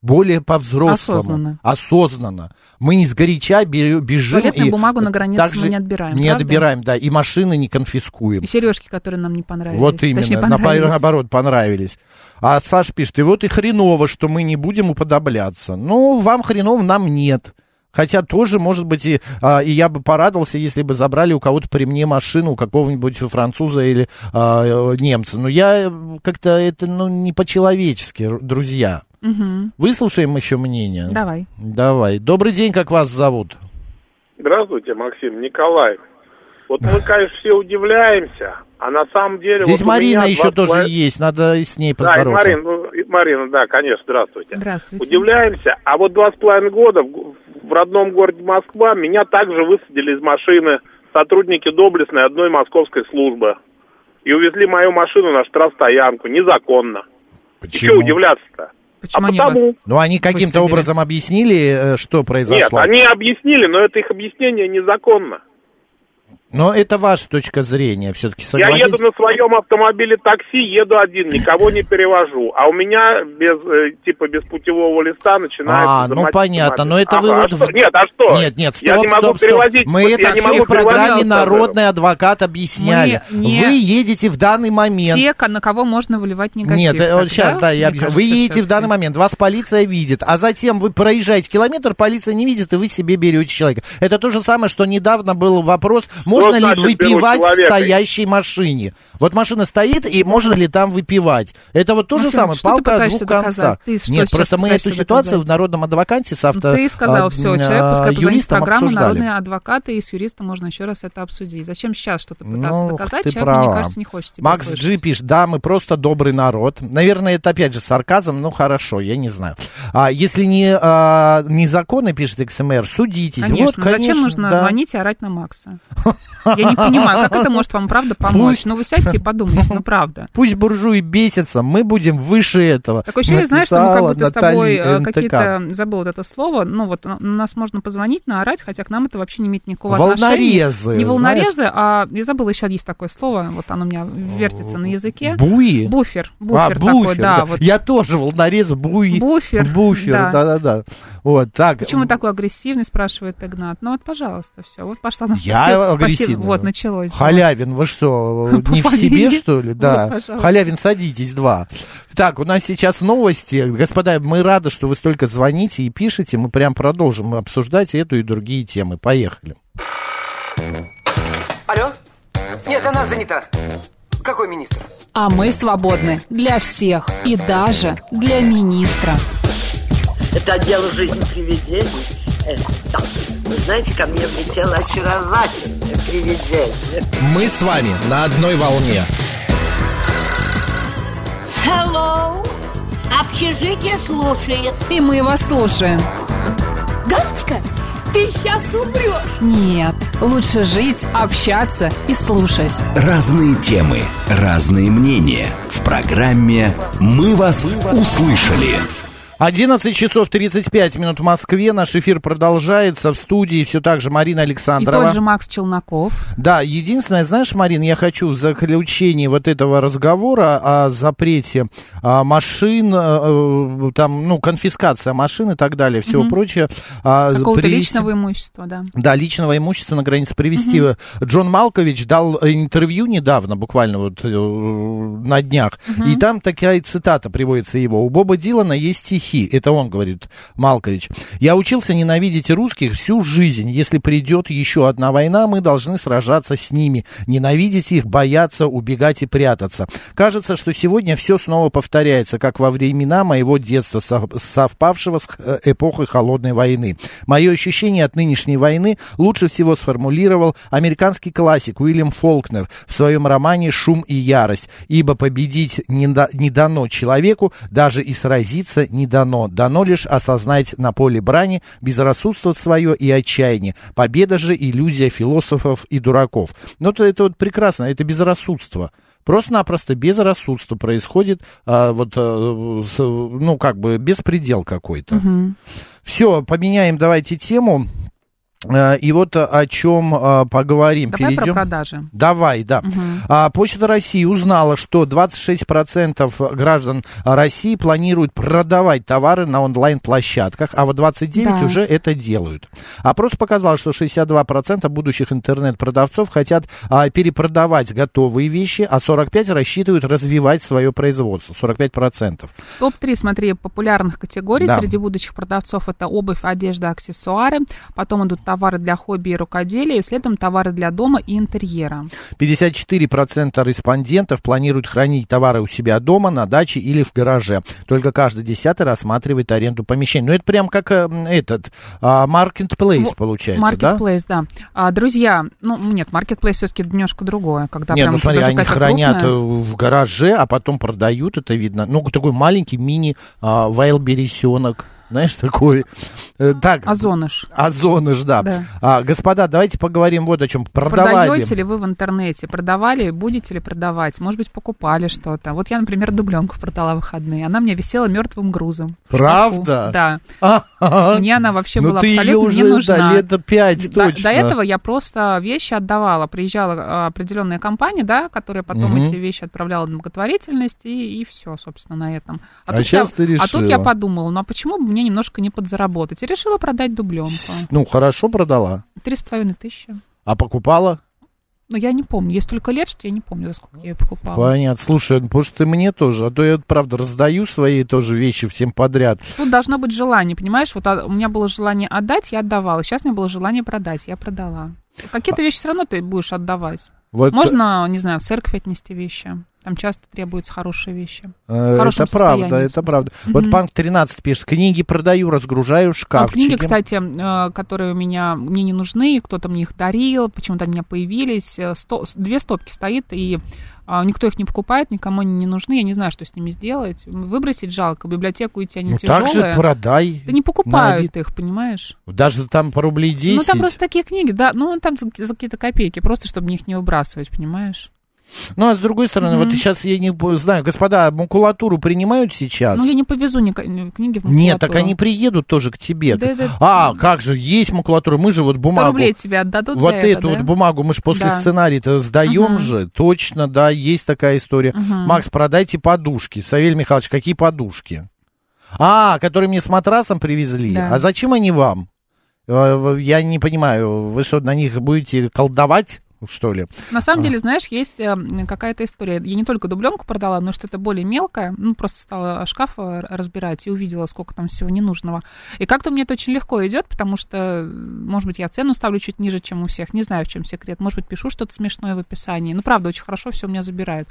Speaker 4: Более по-взрослому.
Speaker 2: Осознанно.
Speaker 4: Осознанно. Мы не сгоряча берё- бежим.
Speaker 2: Туалетную
Speaker 4: и
Speaker 2: бумагу на границе
Speaker 4: также
Speaker 2: мы не отбираем,
Speaker 4: Не
Speaker 2: правда?
Speaker 4: отбираем, да. И машины не конфискуем.
Speaker 2: И сережки, которые нам не понравились.
Speaker 4: Вот именно,
Speaker 2: Э, Точнее,
Speaker 4: Напо-
Speaker 2: понравились.
Speaker 4: наоборот, понравились. А Саш пишет, и вот и хреново, что мы не будем уподобляться. Ну, вам хреново, нам нет. Хотя тоже, может быть, и, а, и я бы порадовался, если бы забрали у кого-то при мне машину, у какого-нибудь француза или а, э, немца. Но я э, как-то это ну, не по-человечески, р- друзья.
Speaker 2: Мгм.
Speaker 4: Выслушаем еще мнение.
Speaker 2: Давай.
Speaker 4: Давай. Добрый день, как вас зовут?
Speaker 11: Здравствуйте, Максим, Николай. Вот мы, конечно, все удивляемся, а на самом деле...
Speaker 4: Здесь
Speaker 11: вот у
Speaker 4: Марина
Speaker 11: меня
Speaker 4: еще
Speaker 11: два с
Speaker 4: тоже
Speaker 11: полов-
Speaker 4: есть, надо и с ней
Speaker 11: Да, и
Speaker 4: поздороваться.
Speaker 11: Марина, ну, и Марина, да, конечно, здравствуйте.
Speaker 2: Здравствуйте.
Speaker 11: Удивляемся, а вот два с половиной года в, г- в родном городе Москва меня также высадили из машины сотрудники доблестной одной московской службы. И увезли мою машину на штрафстоянку, незаконно. Почему? удивляться-то?
Speaker 2: Почему
Speaker 11: а
Speaker 2: они
Speaker 11: потому...
Speaker 2: вас-
Speaker 4: Ну, они каким-то
Speaker 2: Посидели.
Speaker 4: образом объяснили, э, что
Speaker 11: Нет,
Speaker 4: произошло.
Speaker 11: они объяснили, но это их объяснение незаконно.
Speaker 4: Но это ваша точка зрения, все-таки
Speaker 11: Я
Speaker 4: согласитесь.
Speaker 11: еду на своем автомобиле такси, еду один, никого не перевожу. А у меня без, э, типа, без путевого листа начинается...
Speaker 4: А, ну
Speaker 11: замочить
Speaker 4: понятно, но это
Speaker 11: Ага,
Speaker 4: вы
Speaker 11: а
Speaker 4: вот...
Speaker 11: что?
Speaker 4: в-
Speaker 11: Нет, а что?
Speaker 4: Нет, нет, стоп,
Speaker 11: Я не могу
Speaker 4: стоп, стоп.
Speaker 11: перевозить,
Speaker 4: Мы
Speaker 11: вот я
Speaker 4: это
Speaker 11: не
Speaker 4: все
Speaker 11: могу
Speaker 4: в программе
Speaker 11: перевозить, пожалуйста.
Speaker 4: «Народный адвокат» объясняли.
Speaker 2: Мы не-
Speaker 4: Вы едете в данный момент...
Speaker 2: Те, ко- на кого можно выливать негатив.
Speaker 4: Нет, э, вот сейчас, да, я объясню. Вы едете в данный момент, вас полиция видит, а затем вы проезжаете километр, полиция не видит, и вы себе берете человека. Это то же самое, что недавно был вопрос, можно ли
Speaker 11: значит
Speaker 4: выпивать
Speaker 11: берут
Speaker 4: в
Speaker 11: человека?
Speaker 4: стоящей машине. Вот машина стоит, и можно ли там выпивать? Это вот то же
Speaker 2: Максим,
Speaker 4: самое,
Speaker 2: Ну что ты
Speaker 4: палка о
Speaker 2: пытаешься
Speaker 4: двух
Speaker 2: доказать?
Speaker 4: концах.
Speaker 2: Ты что
Speaker 4: Нет,
Speaker 2: сейчас
Speaker 4: просто мы
Speaker 2: пытаешься
Speaker 4: эту ситуацию
Speaker 2: доказать? Ну,
Speaker 4: в «Народном адвокате» с авто...
Speaker 2: Ты сказал
Speaker 4: а,
Speaker 2: все,
Speaker 4: м,
Speaker 2: человек, пускай
Speaker 4: а,
Speaker 2: позвонит в
Speaker 4: юристом
Speaker 2: программу
Speaker 4: обсуждали.
Speaker 2: «Народные адвокаты» и с юристом можно еще раз это обсудить. Зачем сейчас что-то пытаться
Speaker 4: Ну,
Speaker 2: доказать?
Speaker 4: ты
Speaker 2: Человек, мне
Speaker 4: права.
Speaker 2: кажется, не хочет тебя
Speaker 4: Макс
Speaker 2: слышать.
Speaker 4: Джи пишет, да, мы просто добрый народ. Наверное, это опять же сарказм, ну хорошо, я не знаю. А, если не, а, не законы, пишет XMR, судитесь. Вот,
Speaker 2: Конечно, зачем
Speaker 4: конечно,
Speaker 2: нужно
Speaker 4: да.
Speaker 2: звонить и орать на Макса? Я не понимаю, как это может вам правда помочь?
Speaker 4: Пусть.
Speaker 2: Ну вы сядьте и подумайте, ну правда.
Speaker 4: Пусть буржуи бесятся, мы будем выше этого.
Speaker 2: Такое ощущение, знаешь, что мы как будто с тобой
Speaker 4: Наталья
Speaker 2: э,
Speaker 4: НТК.
Speaker 2: какие-то, забыл вот это слово, ну вот на нас можно позвонить, наорать, хотя к нам это вообще не имеет никакого
Speaker 4: Волнорезы,
Speaker 2: отношения. Не
Speaker 4: знаешь?
Speaker 2: волнорезы, а я забыла, еще есть такое слово, вот оно у меня вертится на языке.
Speaker 4: Буи?
Speaker 2: Буфер,
Speaker 4: А,
Speaker 2: буфер такой,
Speaker 4: буфер,
Speaker 2: да.
Speaker 4: да.
Speaker 2: вот.
Speaker 4: Я тоже волнорез, буи.
Speaker 2: Буфер, да.
Speaker 4: Буфер, да-да-да. Вот так.
Speaker 2: Почему такой агрессивный, спрашивает Игнат. Ну вот, пожалуйста, все, вот пошла нам
Speaker 4: Я
Speaker 2: пассив-
Speaker 4: агрессивный.
Speaker 2: пассив- Вот, началось.
Speaker 4: Халявин, вы что, не в
Speaker 2: Повалили?
Speaker 4: себе, что ли?
Speaker 2: Вот,
Speaker 4: Да.
Speaker 2: пожалуйста.
Speaker 4: Халявин, садитесь, два. Так, у нас сейчас новости. Господа, мы рады, что вы столько звоните и пишете. Мы прям продолжим обсуждать эту и другие темы. Поехали.
Speaker 1: Алло? Нет, она занята. Какой министр?
Speaker 2: А мы свободны для всех и даже для министра.
Speaker 3: Это отдел жизни привидений. Э, там, Вы знаете, ко мне влетело очаровательное привидение.
Speaker 4: Мы с вами на одной волне.
Speaker 5: Hello. Общежитие слушает.
Speaker 6: И мы вас слушаем. Галочка, ты сейчас умрешь. Нет, лучше жить, общаться и слушать.
Speaker 7: Разные темы, разные мнения. В программе «Мы вас услышали».
Speaker 4: 11 часов 35 минут в Москве. Наш эфир продолжается. В студии все так же Марина
Speaker 2: И
Speaker 4: Александрова.
Speaker 2: тот же Макс Челноков.
Speaker 4: Да, единственное, знаешь, Марин, я хочу в заключении вот этого разговора о запрете а, машин, э, э, там, ну, конфискация машин и так далее, всего
Speaker 2: Мгм.
Speaker 4: прочее. а,
Speaker 2: Какого-то
Speaker 4: привести-
Speaker 2: личного имущества, да.
Speaker 4: да, личного имущества на границе привести. Джон Малкович дал интервью недавно, буквально вот э, на днях, и там такая цитата приводится его. У Боба Дилана есть стихи, стихи. Это он говорит, Малкович. Я учился ненавидеть русских всю жизнь. Если придет еще одна война, мы должны сражаться с ними. Ненавидеть их, бояться, убегать и прятаться. Кажется, что сегодня все снова повторяется, как во времена моего детства, сов- совпавшего с э, эпохой Холодной войны. Мое ощущение от нынешней войны лучше всего сформулировал американский классик Уильям Фолкнер в своем романе «Шум и ярость», ибо победить не, да- не дано человеку, даже и сразиться не дано. Дано лишь осознать на поле брани безрассудство свое и отчаяние. Победа же – иллюзия философов и дураков. Ну, то это вот прекрасно, это безрассудство. Просто-напросто безрассудство происходит, а, вот, а, с- ну, как бы беспредел какой-то.
Speaker 2: Мгм.
Speaker 4: Все, поменяем давайте тему. Э, И вот э, о чем э, поговорим.
Speaker 2: Давай про
Speaker 4: Перейдем.
Speaker 2: продажи.
Speaker 4: Давай, да. А, Почта России узнала, что 26% граждан России планируют продавать товары на онлайн-площадках, а вот 29%
Speaker 2: Да.
Speaker 4: уже это делают. Опрос показал, что 62% будущих интернет-продавцов хотят а, перепродавать готовые вещи, а 45% рассчитывают развивать свое производство. 45%.
Speaker 2: Топ-3, смотри, популярных категорий
Speaker 4: Да.
Speaker 2: среди будущих продавцов это обувь, одежда, аксессуары. Потом идут товары для хобби и рукоделия, и следом товары для дома и интерьера.
Speaker 4: 54% респондентов планируют хранить товары у себя дома, на даче или в гараже. Только каждый десятый рассматривает аренду помещений. Ну, это прям как э, м, этот а, marketplace, получается, да?
Speaker 2: Маркетплейс, да. А, друзья, ну нет, маркетплейс все-таки немножко другое, когда
Speaker 4: Не,
Speaker 2: прям
Speaker 4: ну
Speaker 2: у
Speaker 4: смотри,
Speaker 2: тебя же
Speaker 4: они
Speaker 2: какая-то
Speaker 4: хранят э,
Speaker 2: крупная.
Speaker 4: в гараже, а потом продают, это видно. Ну, такой маленький мини а, вайлберисенок. Знаешь, такой... э, так,
Speaker 2: Озоныш.
Speaker 4: Озоныш, да.
Speaker 2: Да.
Speaker 4: А, господа, давайте поговорим вот о чем. Продавали.
Speaker 2: Продаете ли вы в интернете? Продавали, будете ли продавать? Может быть, покупали что-то. Вот я, например, дубленку продала в выходные. Она мне висела мертвым грузом. в шкафу.
Speaker 4: Правда?
Speaker 2: Да.
Speaker 4: А,
Speaker 2: Мне она вообще
Speaker 4: ну
Speaker 2: была
Speaker 4: ты её
Speaker 2: абсолютно
Speaker 4: уже,
Speaker 2: не
Speaker 4: да,
Speaker 2: нужна.
Speaker 4: лет пять
Speaker 2: До-
Speaker 4: точно.
Speaker 2: До этого я просто вещи отдавала. Приезжала а, определенная компания, да, которая потом
Speaker 4: Мгм.
Speaker 2: эти вещи отправляла на благотворительность, и, все, собственно, на этом.
Speaker 4: А
Speaker 2: тут
Speaker 4: щас
Speaker 2: я-
Speaker 4: ты
Speaker 2: А тут я
Speaker 4: решила.
Speaker 2: подумала, ну а почему бы мне немножко не подзаработать? И решила продать дубленку.
Speaker 4: Ну, хорошо продала.
Speaker 2: Три с половиной тысячи.
Speaker 4: А покупала?
Speaker 2: Но я не помню. Есть столько лет, что я не помню, за сколько я ее покупала.
Speaker 4: Понятно. Слушай, ну, потому что ты мне тоже. А то я, правда, раздаю свои тоже вещи всем подряд.
Speaker 2: Тут должно быть желание, понимаешь? Вот а, у меня было желание отдать, я отдавала. Сейчас у меня было желание продать, я продала. Какие-то вещи все равно ты будешь отдавать.
Speaker 4: А. Вот, э,
Speaker 2: Можно, не знаю, в церковь отнести вещи. Там часто требуются хорошие вещи.
Speaker 4: э,
Speaker 2: В хорошем
Speaker 4: это правда,
Speaker 2: состоянии, в
Speaker 4: это
Speaker 2: смысле.
Speaker 4: правда.
Speaker 2: Мгм.
Speaker 4: Вот Панк 13 пишет, книги продаю, разгружаю
Speaker 2: А
Speaker 4: шкаф.
Speaker 2: книги, кстати, э, которые у меня мне не нужны, кто-то мне их дарил, почему-то они у меня появились. Э, сто- с- две стопки стоит, и а, никто их не покупает, никому они не нужны. Я не знаю, что с ними сделать. Выбросить жалко, в библиотеку идти они
Speaker 4: Ну,
Speaker 2: тяжелые.
Speaker 4: так же продай.
Speaker 2: Да не покупают
Speaker 4: вид.
Speaker 2: их, понимаешь?
Speaker 4: Даже там по рублей 10.
Speaker 2: Ну, там просто такие книги, да, ну, там за, за какие-то копейки, просто чтобы их не выбрасывать, понимаешь?
Speaker 4: Ну, а с другой стороны, вот
Speaker 2: Мгм.
Speaker 4: сейчас я не по- знаю, господа, а макулатуру принимают сейчас?
Speaker 2: Ну, я не повезу ни ко- ни книги в
Speaker 4: Нет, так
Speaker 2: макулатуру.
Speaker 4: они приедут тоже к тебе.
Speaker 2: Да это-
Speaker 4: А, как же, есть макулатура, мы же вот
Speaker 2: 100
Speaker 4: бумагу...
Speaker 2: рублей тебе отдадут
Speaker 4: вот
Speaker 2: за
Speaker 4: эту
Speaker 2: это,
Speaker 4: вот
Speaker 2: да?
Speaker 4: бумагу мы же после
Speaker 2: Да.
Speaker 4: сценария-то сдаем
Speaker 2: Мгм.
Speaker 4: же. Точно, да, есть такая история.
Speaker 2: Мгм.
Speaker 4: Макс, продайте подушки. Савель Михайлович, какие подушки? А, которые мне с матрасом привезли.
Speaker 2: Да.
Speaker 4: А зачем они вам? Э, в- Я не понимаю, вы что, на них будете колдовать, что ли?
Speaker 2: На самом деле, знаешь, есть э, какая-то история. Я не только дубленку продала, но что-то более мелкое. Ну, просто стала шкаф э, разбирать и увидела, сколько там всего ненужного. И как-то мне это очень легко идет, потому что, может быть, я цену ставлю чуть ниже, чем у всех. Не знаю, в чем секрет. Может быть, пишу что-то смешное в описании. Ну, правда, очень хорошо все у меня забирают.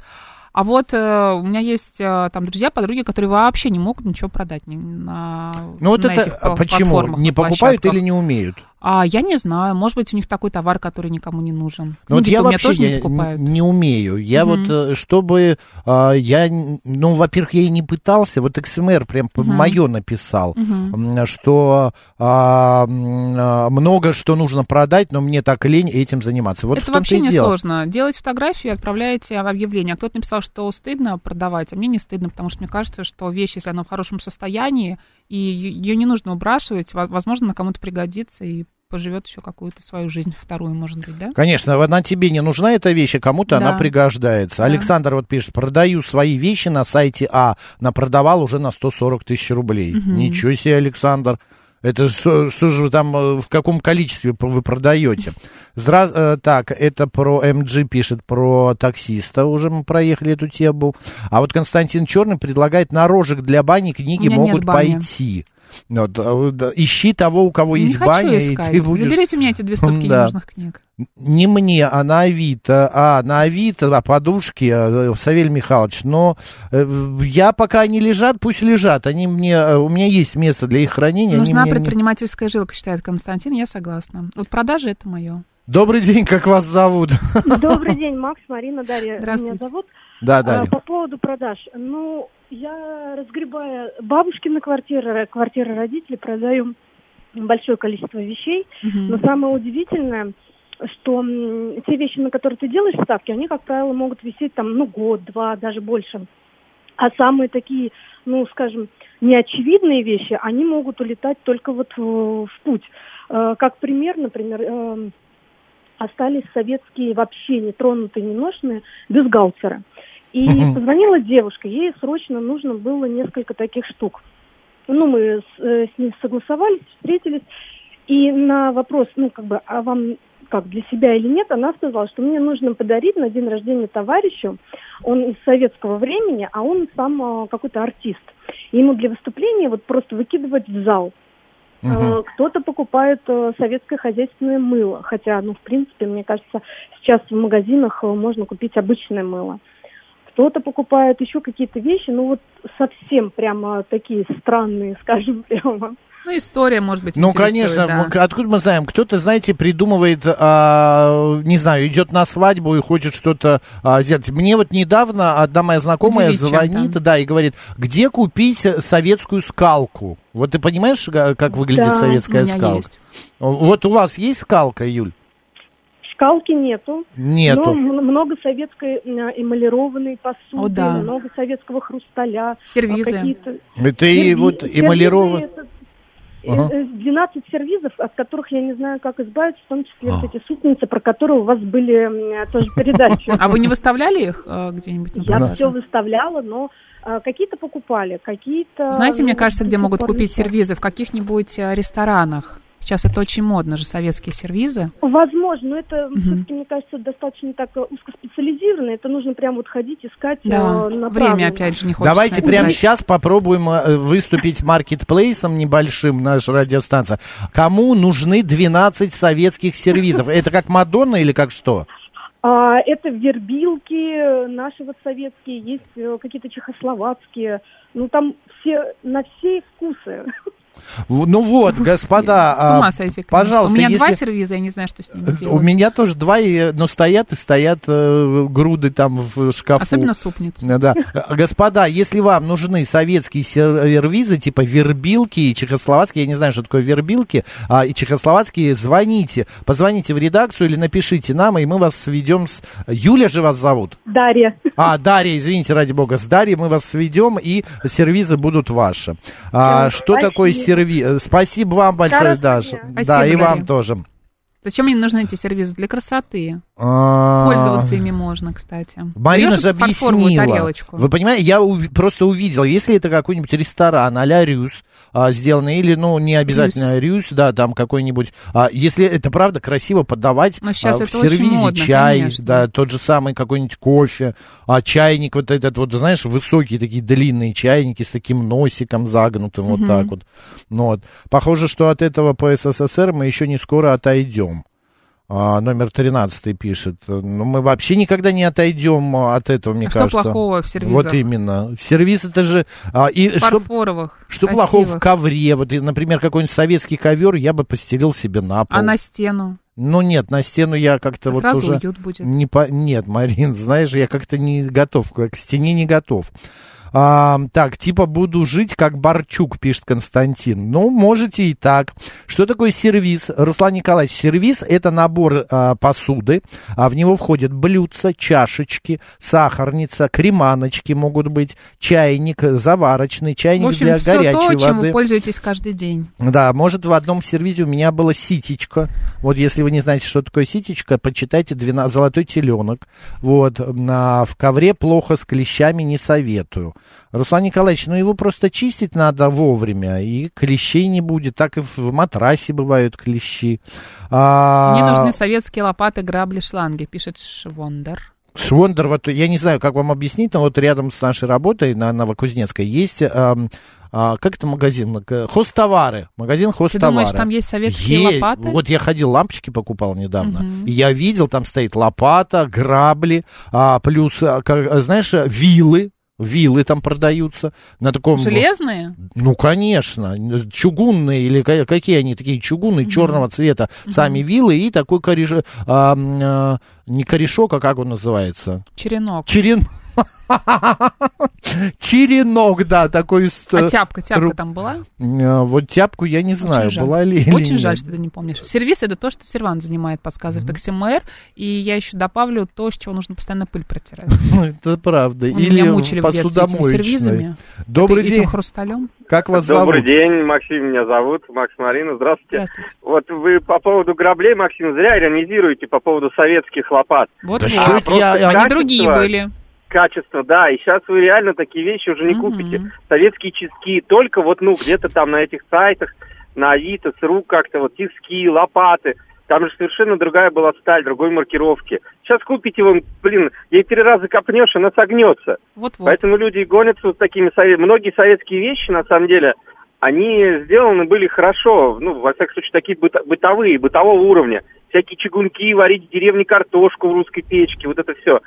Speaker 2: А вот э, у меня есть э, там друзья, подруги, которые вообще не могут ничего продать ни- на
Speaker 4: Ну вот
Speaker 2: на
Speaker 4: это
Speaker 2: этих
Speaker 4: а
Speaker 2: пла-
Speaker 4: почему?
Speaker 2: платформах,
Speaker 4: Не
Speaker 2: на
Speaker 4: покупают
Speaker 2: площадках.
Speaker 4: или не умеют?
Speaker 2: А, я не знаю. Может быть, у них такой товар, который никому не нужен.
Speaker 4: Ну, вот
Speaker 2: Книги-то
Speaker 4: я
Speaker 2: у меня
Speaker 4: вообще
Speaker 2: тоже
Speaker 4: я
Speaker 2: не
Speaker 4: н-
Speaker 2: покупают.
Speaker 4: не умею. Я
Speaker 2: Мгм.
Speaker 4: вот, э, чтобы а, я, н- ну, во-первых, я и не пытался. Вот XMR прям
Speaker 2: Мгм.
Speaker 4: мое написал,
Speaker 2: Мгм.
Speaker 4: м, что а, м, а, много что нужно продать, но мне так лень этим заниматься. Вот в
Speaker 2: это
Speaker 4: том-то
Speaker 2: вообще
Speaker 4: и
Speaker 2: не
Speaker 4: дело.
Speaker 2: сложно. Делать фотографию и отправляете в объявление. А Кто-то написал, что стыдно продавать, а мне не стыдно, потому что мне кажется, что вещь, если она в хорошем состоянии, и е- ее не нужно убрашивать, во- возможно, она кому-то пригодится и поживет еще какую-то свою жизнь, вторую, может быть, да?
Speaker 4: Конечно, она тебе не нужна эта вещь, а кому-то
Speaker 2: Да.
Speaker 4: она пригождается.
Speaker 2: Да.
Speaker 4: Александр вот пишет, продаю свои вещи на сайте А, напродавал уже на 140 тысяч рублей.
Speaker 2: Мгм.
Speaker 4: Ничего себе, Александр. Это что, что же вы там, э, в каком количестве п- вы продаете? Зра- э, так, это про МГ пишет, про таксиста уже мы проехали эту тему. А вот Константин Черный предлагает на рожек для бани
Speaker 2: У
Speaker 4: книги
Speaker 2: меня нет
Speaker 4: могут
Speaker 2: бани.
Speaker 4: пойти. Вот, а вы, да, ищи того, у кого
Speaker 2: Не
Speaker 4: есть
Speaker 2: хочу
Speaker 4: баня,
Speaker 2: искать.
Speaker 4: и ты будешь...
Speaker 2: Заберите у меня эти две стопки
Speaker 4: Да.
Speaker 2: ненужных книг.
Speaker 4: Не мне, а на Авито. А, на Авито, а подушки, э, Савелий Михайлович. Но э, я пока они лежат, пусть лежат. Они мне, э, у меня есть место для их хранения. они
Speaker 2: Нужна
Speaker 4: мне не-
Speaker 2: предпринимательская жилка, считает Константин, я согласна. Вот продажи это мое.
Speaker 4: Добрый день, как вас зовут?
Speaker 12: Добрый день, Макс, Марина, Дарья.
Speaker 2: Здравствуйте.
Speaker 12: Меня зовут.
Speaker 4: Да, Дарья.
Speaker 12: А, По поводу продаж. Ну, я разгребая бабушкины квартиры, квартиры родителей, продаю большое количество вещей. Но самое удивительное, что м, те вещи, на которые ты делаешь ставки, они, как правило, могут висеть там, ну, год, два, даже больше. А самые такие, ну, скажем, неочевидные вещи, они могут улетать только вот в, в путь. Э, как пример, например, эм, остались советские вообще нетронутые, неношенные бюстгальтеры. И
Speaker 13: Мгм.
Speaker 12: позвонила девушка, ей срочно нужно было несколько таких штук. Ну, мы с, э, с ней согласовались, встретились, и на вопрос, ну, как бы, а вам как, для себя или нет, она сказала, что мне нужно подарить на день рождения товарищу, он из советского времени, а он сам э, какой-то артист. И ему для выступления вот просто выкидывать в зал. Э, Кто-то покупает э, советское хозяйственное мыло, хотя, ну, в принципе, мне кажется, сейчас в магазинах э, можно купить обычное мыло. Кто-то покупает еще какие-то вещи, ну вот совсем прямо такие странные, скажем прямо.
Speaker 2: Ну, история, может быть,
Speaker 4: Ну,
Speaker 2: интересует,
Speaker 4: конечно,
Speaker 2: да.
Speaker 4: мы- откуда мы знаем? Кто-то, знаете, придумывает, а, не знаю, идет на свадьбу и хочет что-то а, сделать. Мне вот недавно одна моя знакомая
Speaker 14: Удивить
Speaker 4: звонит, да, и говорит, где купить э, советскую скалку? Вот ты понимаешь, га- как выглядит
Speaker 12: Да,
Speaker 4: советская
Speaker 12: у меня
Speaker 4: скалка?
Speaker 12: есть.
Speaker 4: Вот у вас есть скалка, Юль?
Speaker 12: Шкалки нету.
Speaker 4: Нету.
Speaker 12: Но м- много советской э, эмалированной посуды,
Speaker 2: О, да.
Speaker 12: много советского хрусталя.
Speaker 2: Сервизы.
Speaker 12: а, какие-то-
Speaker 4: Это и
Speaker 12: Серви-
Speaker 4: вот
Speaker 12: сервизы
Speaker 4: эмалированная...
Speaker 12: это, э,
Speaker 4: Ага.
Speaker 12: э, 12 сервизов, от которых я не знаю, как избавиться, в том
Speaker 4: А.
Speaker 12: числе вот эти супницы, про которые у вас были м, э, тоже передачи.
Speaker 2: А вы не выставляли их э, где-нибудь на
Speaker 12: Я
Speaker 2: продажу?
Speaker 12: все выставляла, но э, какие-то покупали, какие-то...
Speaker 2: Знаете,
Speaker 12: ну,
Speaker 2: мне кажется, где
Speaker 12: до сих
Speaker 2: могут
Speaker 12: пор
Speaker 2: купить
Speaker 12: висят.
Speaker 2: сервизы? В каких-нибудь э, ресторанах. Сейчас это очень модно же, советские сервизы.
Speaker 12: Возможно, но это все-таки, мне кажется, достаточно так э, узкоспециализированно. Это нужно прям вот ходить, искать
Speaker 2: Да,
Speaker 12: э, направленно.
Speaker 2: время опять же не хочется.
Speaker 4: Давайте прямо
Speaker 2: отнимать.
Speaker 4: сейчас попробуем э, выступить маркетплейсом небольшим наша радиостанция. Кому нужны 12 советских сервизов? Это как Мадонна или как что?
Speaker 12: А, это вербилки э, наши вот советские, есть э, какие-то чехословацкие. Ну, там все на все вкусы.
Speaker 4: В- Ну вот, господа,
Speaker 2: С ума
Speaker 4: а,
Speaker 2: сойти, конечно.
Speaker 4: пожалуйста,
Speaker 2: У меня
Speaker 4: если... Э,
Speaker 2: два сервиза, я не знаю, что с ними
Speaker 4: у
Speaker 2: делать.
Speaker 4: меня тоже два, и- но стоят и стоят э, груды там в шкафу.
Speaker 2: Особенно супниц.
Speaker 4: Да, Да. Э, Господа, если вам нужны советские сервизы, типа вербилки и чехословацкие, я не знаю, что такое вербилки, а, и чехословацкие, звоните, позвоните в редакцию или напишите нам, и мы вас сведем с... Юля же вас зовут?
Speaker 12: Дарья.
Speaker 4: А, Дарья, извините, ради бога, с Дарьей мы вас сведем, и сервизы будут ваши. А, что такое сервиз? Спасибо вам большое,
Speaker 2: Хорошего
Speaker 4: Даша.
Speaker 2: дня.
Speaker 4: да, и
Speaker 2: Спасибо,
Speaker 4: вам
Speaker 2: Дарья.
Speaker 4: тоже.
Speaker 2: Зачем мне нужны эти сервизы? Для красоты.
Speaker 4: А,
Speaker 2: Пользоваться ими можно, кстати.
Speaker 4: Марина
Speaker 2: Берёшь
Speaker 4: же
Speaker 2: фарфоровую
Speaker 4: объяснила.
Speaker 2: тарелочку.
Speaker 4: Вы понимаете, я уви- просто увидел, если это какой-нибудь ресторан а-ля Рюс а, сделанный, или, ну, не обязательно Рюс, да, там какой-нибудь, а, если это правда красиво подавать
Speaker 2: Но сейчас
Speaker 4: а, в
Speaker 2: Ну, это очень
Speaker 4: сервизе
Speaker 2: модно,
Speaker 4: чай,
Speaker 2: конечно.
Speaker 4: да, тот же самый какой-нибудь кофе, а, чайник вот этот вот, знаешь, высокие такие длинные чайники с таким носиком загнутым вот
Speaker 15: Мгм.
Speaker 4: так вот. Ну, вот. Похоже, что от этого по СССР мы еще не скоро отойдем. А, номер 13 пишет. Ну, мы вообще никогда не отойдем а, от этого, мне
Speaker 2: А что
Speaker 4: кажется.
Speaker 2: плохого в сервизах?
Speaker 4: Вот именно. Сервис это же... а, и что,
Speaker 2: Фарфоровых.
Speaker 4: что
Speaker 2: красивых.
Speaker 4: плохого в ковре? Вот, и, например, какой-нибудь советский ковер я бы постелил себе на пол.
Speaker 2: А на стену?
Speaker 4: Ну нет, на стену я как-то
Speaker 2: А
Speaker 4: вот
Speaker 2: сразу
Speaker 4: уже...
Speaker 2: уют будет.
Speaker 4: Не по... Нет, Марин, знаешь, я как-то не готов, к к стене не готов. А, так, типа буду жить как Барчук, пишет Константин. Ну, можете и так. Что такое сервис? Руслан Николаевич, сервис это набор а, посуды, а в него входят блюдца, чашечки, сахарница, креманочки могут быть, чайник, э, заварочный, чайник
Speaker 2: В общем,
Speaker 4: для
Speaker 2: все
Speaker 4: горячей
Speaker 2: то,
Speaker 4: воды.
Speaker 2: чем вы пользуетесь каждый день.
Speaker 4: Да, может, в одном сервизе у меня было ситечко. Вот если вы не знаете, что такое ситечко, почитайте 12 «Золотой теленок». Вот, на, в ковре плохо с клещами не советую. Руслан Николаевич, ну его просто чистить надо вовремя, и клещей не будет. Так и в матрасе бывают клещи. А,
Speaker 2: Мне нужны советские лопаты, грабли, шланги, пишет Швондер.
Speaker 4: Швондер, вот я не знаю, как вам объяснить, но вот рядом с нашей работой на Новокузнецкой есть... ам, а, как это магазин? К- Хозтовары. Магазин
Speaker 2: Ты
Speaker 4: хозтовары.
Speaker 2: думаешь, там есть советские
Speaker 4: Е-
Speaker 2: лопаты?
Speaker 4: Вот я ходил, лампочки покупал недавно.
Speaker 2: Мгм.
Speaker 4: И я видел, там стоит лопата, грабли, а, плюс, а, как- а, знаешь, а, вилы. Вилы там продаются на таком...
Speaker 2: Железные?
Speaker 4: Ну, конечно, чугунные или ка- какие они такие чугунные черного цвета сами вилы и такой кореш, а, м, а, не корешок, а как он называется?
Speaker 2: Черенок.
Speaker 4: Черен, черенок, да, такой. с-
Speaker 2: А тяпка, тяпка
Speaker 4: ру-
Speaker 2: там была?
Speaker 4: А, Вот тяпку я не знаю,
Speaker 2: Очень жаль.
Speaker 4: была ли или
Speaker 2: Очень жаль,
Speaker 4: нет.
Speaker 2: что ты не помнишь. Сервис — это то, что сервант занимает, подсказывает такси мэр. И я еще добавлю то, с чего нужно постоянно пыль протирать.
Speaker 4: Это правда.
Speaker 2: Он
Speaker 4: Или
Speaker 2: меня мучили
Speaker 4: в
Speaker 2: в детстве этими
Speaker 4: посудомоечной.
Speaker 2: сервизами.
Speaker 4: Добрый
Speaker 2: Это этим
Speaker 4: день.
Speaker 2: хрусталем.
Speaker 4: Как вас
Speaker 13: Добрый
Speaker 4: зовут?
Speaker 13: день, Максим меня зовут, Макс Марина, здравствуйте. Вот вы по поводу граблей, Максим, зря иронизируете по поводу советских лопат.
Speaker 2: Вот,
Speaker 4: Да вот. что это
Speaker 13: просто
Speaker 4: я-
Speaker 2: Они
Speaker 13: качество-
Speaker 2: другие были.
Speaker 13: Качество, да, и сейчас вы реально такие вещи уже не купите. Советские чистки, только вот, ну, где-то там на этих сайтах, на Авито, с рук как-то, вот, тиски, лопаты. Там же совершенно другая была сталь, другой маркировки. Сейчас купите вам, блин, ей три раза копнешь, она согнется.
Speaker 2: Вот-вот.
Speaker 13: Поэтому люди и гонятся вот такими сове- Многие советские вещи, на самом деле, они сделаны были хорошо, ну, во всяком случае, такие быто- бытовые, бытового уровня. Всякие чугунки, варить в деревне картошку в русской печке, вот это все.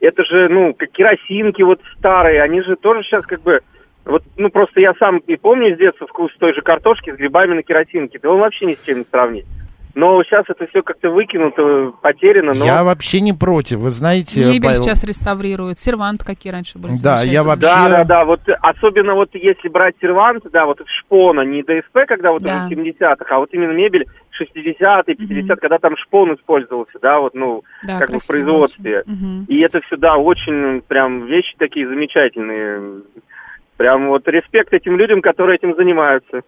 Speaker 13: Это же, ну, как керосинки вот старые, они же тоже сейчас как бы... Вот, ну, просто я сам и помню с детства вкус той же картошки с грибами на керосинке. Да он вообще ни с чем не сравнить. Но сейчас это все как-то выкинуто, потеряно. Но...
Speaker 4: Я вообще не против, вы знаете,
Speaker 2: Мебель
Speaker 4: Павел.
Speaker 2: сейчас реставрируют. Серванты какие раньше были.
Speaker 4: Да, я
Speaker 2: замечательные.
Speaker 4: вообще-
Speaker 13: Да, да, да, вот э, особенно вот если брать сервант, да, вот шпона, не ДСП, когда вот
Speaker 2: Да.
Speaker 13: в 70-х, а вот именно мебель 60-е, 50 когда там шпон использовался, да, вот, ну,
Speaker 2: Да,
Speaker 13: как бы в
Speaker 2: красиво
Speaker 13: производстве.
Speaker 2: Мгм.
Speaker 13: И это все, да, очень м, прям вещи такие замечательные. Прям вот респект этим людям, которые этим занимаются.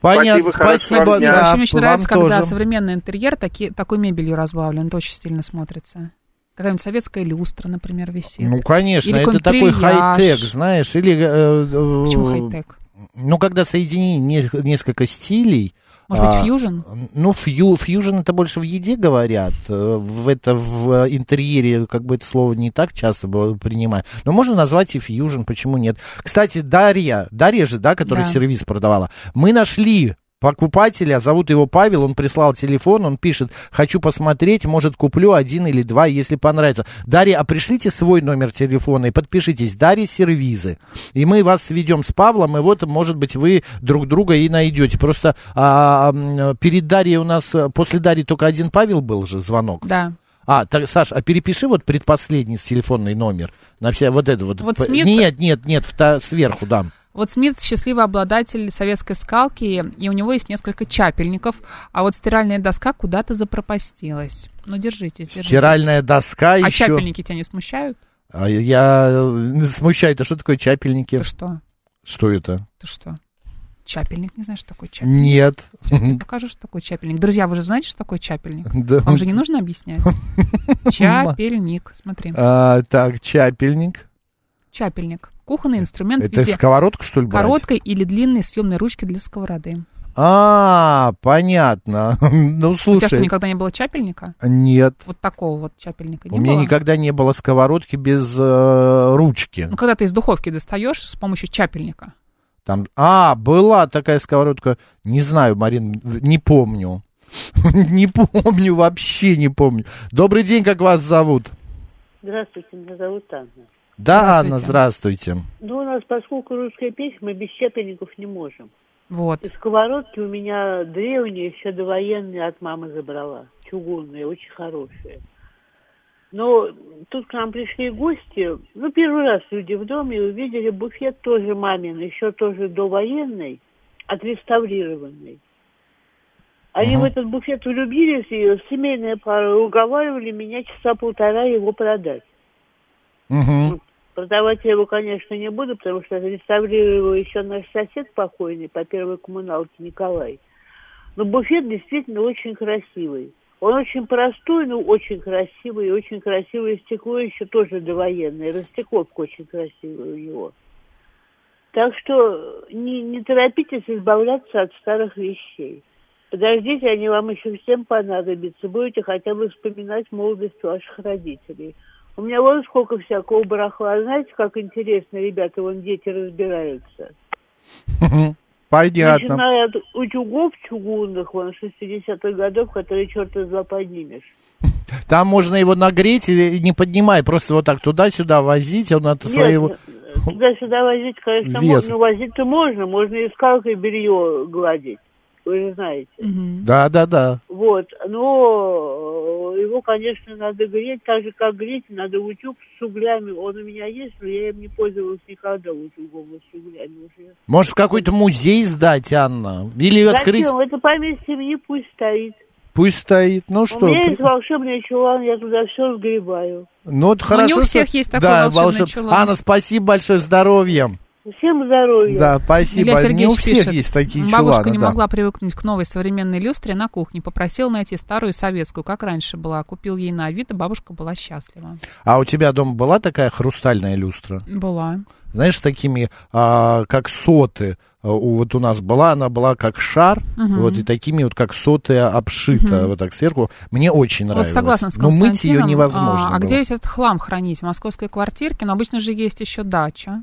Speaker 4: Понятно,
Speaker 13: Спасибо, хорошего
Speaker 4: спасибо.
Speaker 13: вам дня.
Speaker 4: да,
Speaker 2: Мне очень
Speaker 4: вам
Speaker 2: нравится, когда
Speaker 4: тоже.
Speaker 2: современный интерьер таки- такой мебелью разбавлен. Это очень стильно смотрится. Какая-нибудь советская люстра, например, висит.
Speaker 4: Ну, конечно,
Speaker 2: Или
Speaker 4: это
Speaker 2: какой-нибудь
Speaker 4: такой
Speaker 2: трильяж.
Speaker 4: хай-тек, знаешь, или... э, э,
Speaker 2: Почему хай-тек?
Speaker 4: Ну, когда соединены не- несколько стилей...
Speaker 2: Может быть,
Speaker 4: а,
Speaker 2: фьюжн?
Speaker 4: Ну, фью, фьюжн это больше в еде говорят, э, в это в э, интерьере, как бы это слово не так часто было принимают. Но можно назвать и фьюжн, почему нет. Кстати, Дарья, Дарья же, да, которая
Speaker 2: Да.
Speaker 4: сервис продавала, мы нашли покупателя, зовут его Павел, он прислал телефон, он пишет, хочу посмотреть, может куплю один или два, если понравится. Дарья, а пришлите свой номер телефона и подпишитесь, Дарья Сервизы. И мы вас сведем с Павлом, и вот, может быть, вы друг друга и найдете. Просто а, м, перед Дарьей у нас, э, после Дарьи только один Павел был же звонок.
Speaker 2: Да.
Speaker 4: А, так, Саш, а перепиши вот предпоследний телефонный номер на все вот это вот.
Speaker 2: Вот
Speaker 4: П-
Speaker 2: Смит-
Speaker 4: Нет, нет, нет, вта- сверху дам.
Speaker 2: Вот Смит счастливый обладатель советской скалки, и у него есть несколько чапельников, а вот стиральная доска куда-то запропастилась. Ну, держитесь, держитесь.
Speaker 4: Стиральная доска
Speaker 2: а
Speaker 4: еще.
Speaker 2: чапельники тебя не смущают?
Speaker 4: А Я э, смущает, а что такое чапельники?
Speaker 2: Ты что?
Speaker 4: Что это?
Speaker 2: Ты что? Чапельник? Не знаешь, что такое чапельник?
Speaker 4: Нет.
Speaker 2: Я покажу, что такое чапельник. Друзья, вы же знаете, что такое чапельник?
Speaker 4: Да.
Speaker 2: Вам же не нужно объяснять. Чапельник. Смотри.
Speaker 4: А, так, чапельник.
Speaker 2: Чапельник. Кухонный инструмент в
Speaker 4: Это
Speaker 2: виде
Speaker 4: сковородку, что ли, брать?
Speaker 2: короткой или длинной съемной ручки для сковороды.
Speaker 4: А, понятно. Ну,
Speaker 2: У тебя что,
Speaker 4: слушай.
Speaker 2: никогда не было чапельника?
Speaker 4: Нет.
Speaker 2: Вот такого вот чапельника не
Speaker 4: У меня
Speaker 2: было?
Speaker 4: никогда не было сковородки без э, ручки.
Speaker 2: Ну, когда ты из духовки достаешь с помощью чапельника.
Speaker 4: Там, а, была такая сковородка. Не знаю, Марин, в- не помню. Не помню, вообще не помню. Добрый день, как вас зовут?
Speaker 14: Здравствуйте, меня зовут Анна.
Speaker 4: Да,
Speaker 14: Здравствуйте.
Speaker 4: Анна, здравствуйте.
Speaker 14: Ну, у нас, поскольку русская песня, мы без чепельников не можем.
Speaker 2: Вот.
Speaker 14: И сковородки у меня древние, еще довоенные от мамы забрала. Чугунные, очень хорошие. Но тут к нам пришли гости. Ну, первый раз люди в доме и увидели буфет тоже мамин, еще тоже довоенный, отреставрированный. Они в этот буфет влюбились, и семейная пара уговаривали меня часа полтора его продать. Продавать я его, конечно, не буду, потому что реставрировал его еще наш сосед покойный по первой коммуналке Николай. Но буфет действительно очень красивый. Он очень простой, но очень красивый. И очень красивое стекло еще тоже довоенное. Растекловка очень красивая у него. Так что не, не торопитесь избавляться от старых вещей. Подождите, они вам еще всем понадобятся. Будете хотя бы вспоминать молодость ваших родителей. У меня вон сколько всякого барахла. А Знаете, как интересно, ребята, вон дети разбираются.
Speaker 4: Понятно.
Speaker 14: Начиная от утюгов чугунных, вон, 60-х годов, которые черт из два поднимешь.
Speaker 4: Там можно его нагреть и не поднимай, просто вот так туда-сюда возить, он от
Speaker 14: Нет,
Speaker 4: своего...
Speaker 14: Туда-сюда возить, конечно,
Speaker 4: Вес.
Speaker 14: можно. ну, Возить-то можно. Можно и скалкой белье гладить. Вы же знаете.
Speaker 4: Да-да-да.
Speaker 14: Вот, но э, его, конечно, надо греть, так же, как греть, надо утюг с углями. Он у меня есть, но я им не пользовалась никогда утюгом вот с углями. уже.
Speaker 4: Может, в какой-то музей сдать, Анна? Или открыть...
Speaker 14: Зачем? Это память семьи пусть стоит.
Speaker 4: Пусть стоит. Ну
Speaker 14: у
Speaker 4: что,
Speaker 14: меня
Speaker 4: при-
Speaker 14: есть волшебный чулан, я туда все сгребаю.
Speaker 4: ну вот
Speaker 14: Ну,
Speaker 4: хорошо.
Speaker 14: не у
Speaker 4: что-
Speaker 14: всех есть такой
Speaker 4: да,
Speaker 14: волшебный
Speaker 4: волшеб-
Speaker 14: чулан.
Speaker 4: Анна, спасибо большое, здоровьем.
Speaker 14: Всем здоровья.
Speaker 4: Да, спасибо.
Speaker 2: Илья
Speaker 4: не у
Speaker 2: Сергеевич
Speaker 4: всех
Speaker 2: пишет,
Speaker 4: есть такие
Speaker 2: бабушка
Speaker 4: чуланы,
Speaker 2: не
Speaker 4: да.
Speaker 2: могла привыкнуть к новой современной люстре на кухне. Попросил найти старую советскую, как раньше была. Купил ей на Авито, бабушка была счастлива.
Speaker 4: А у тебя дома была такая хрустальная люстра?
Speaker 2: Была.
Speaker 4: Знаешь, с такими, а, как соты, а, у- вот у нас была, она была как шар,
Speaker 2: Мгм.
Speaker 4: вот и такими вот как соты обшита,
Speaker 2: Мгм.
Speaker 4: вот так сверху. Мне очень нравилось.
Speaker 2: Вот согласна с
Speaker 4: Но
Speaker 2: Константином.
Speaker 4: мыть ее невозможно
Speaker 2: А, а
Speaker 4: было.
Speaker 2: где весь этот хлам хранить? В московской квартирке, но обычно же есть еще дача.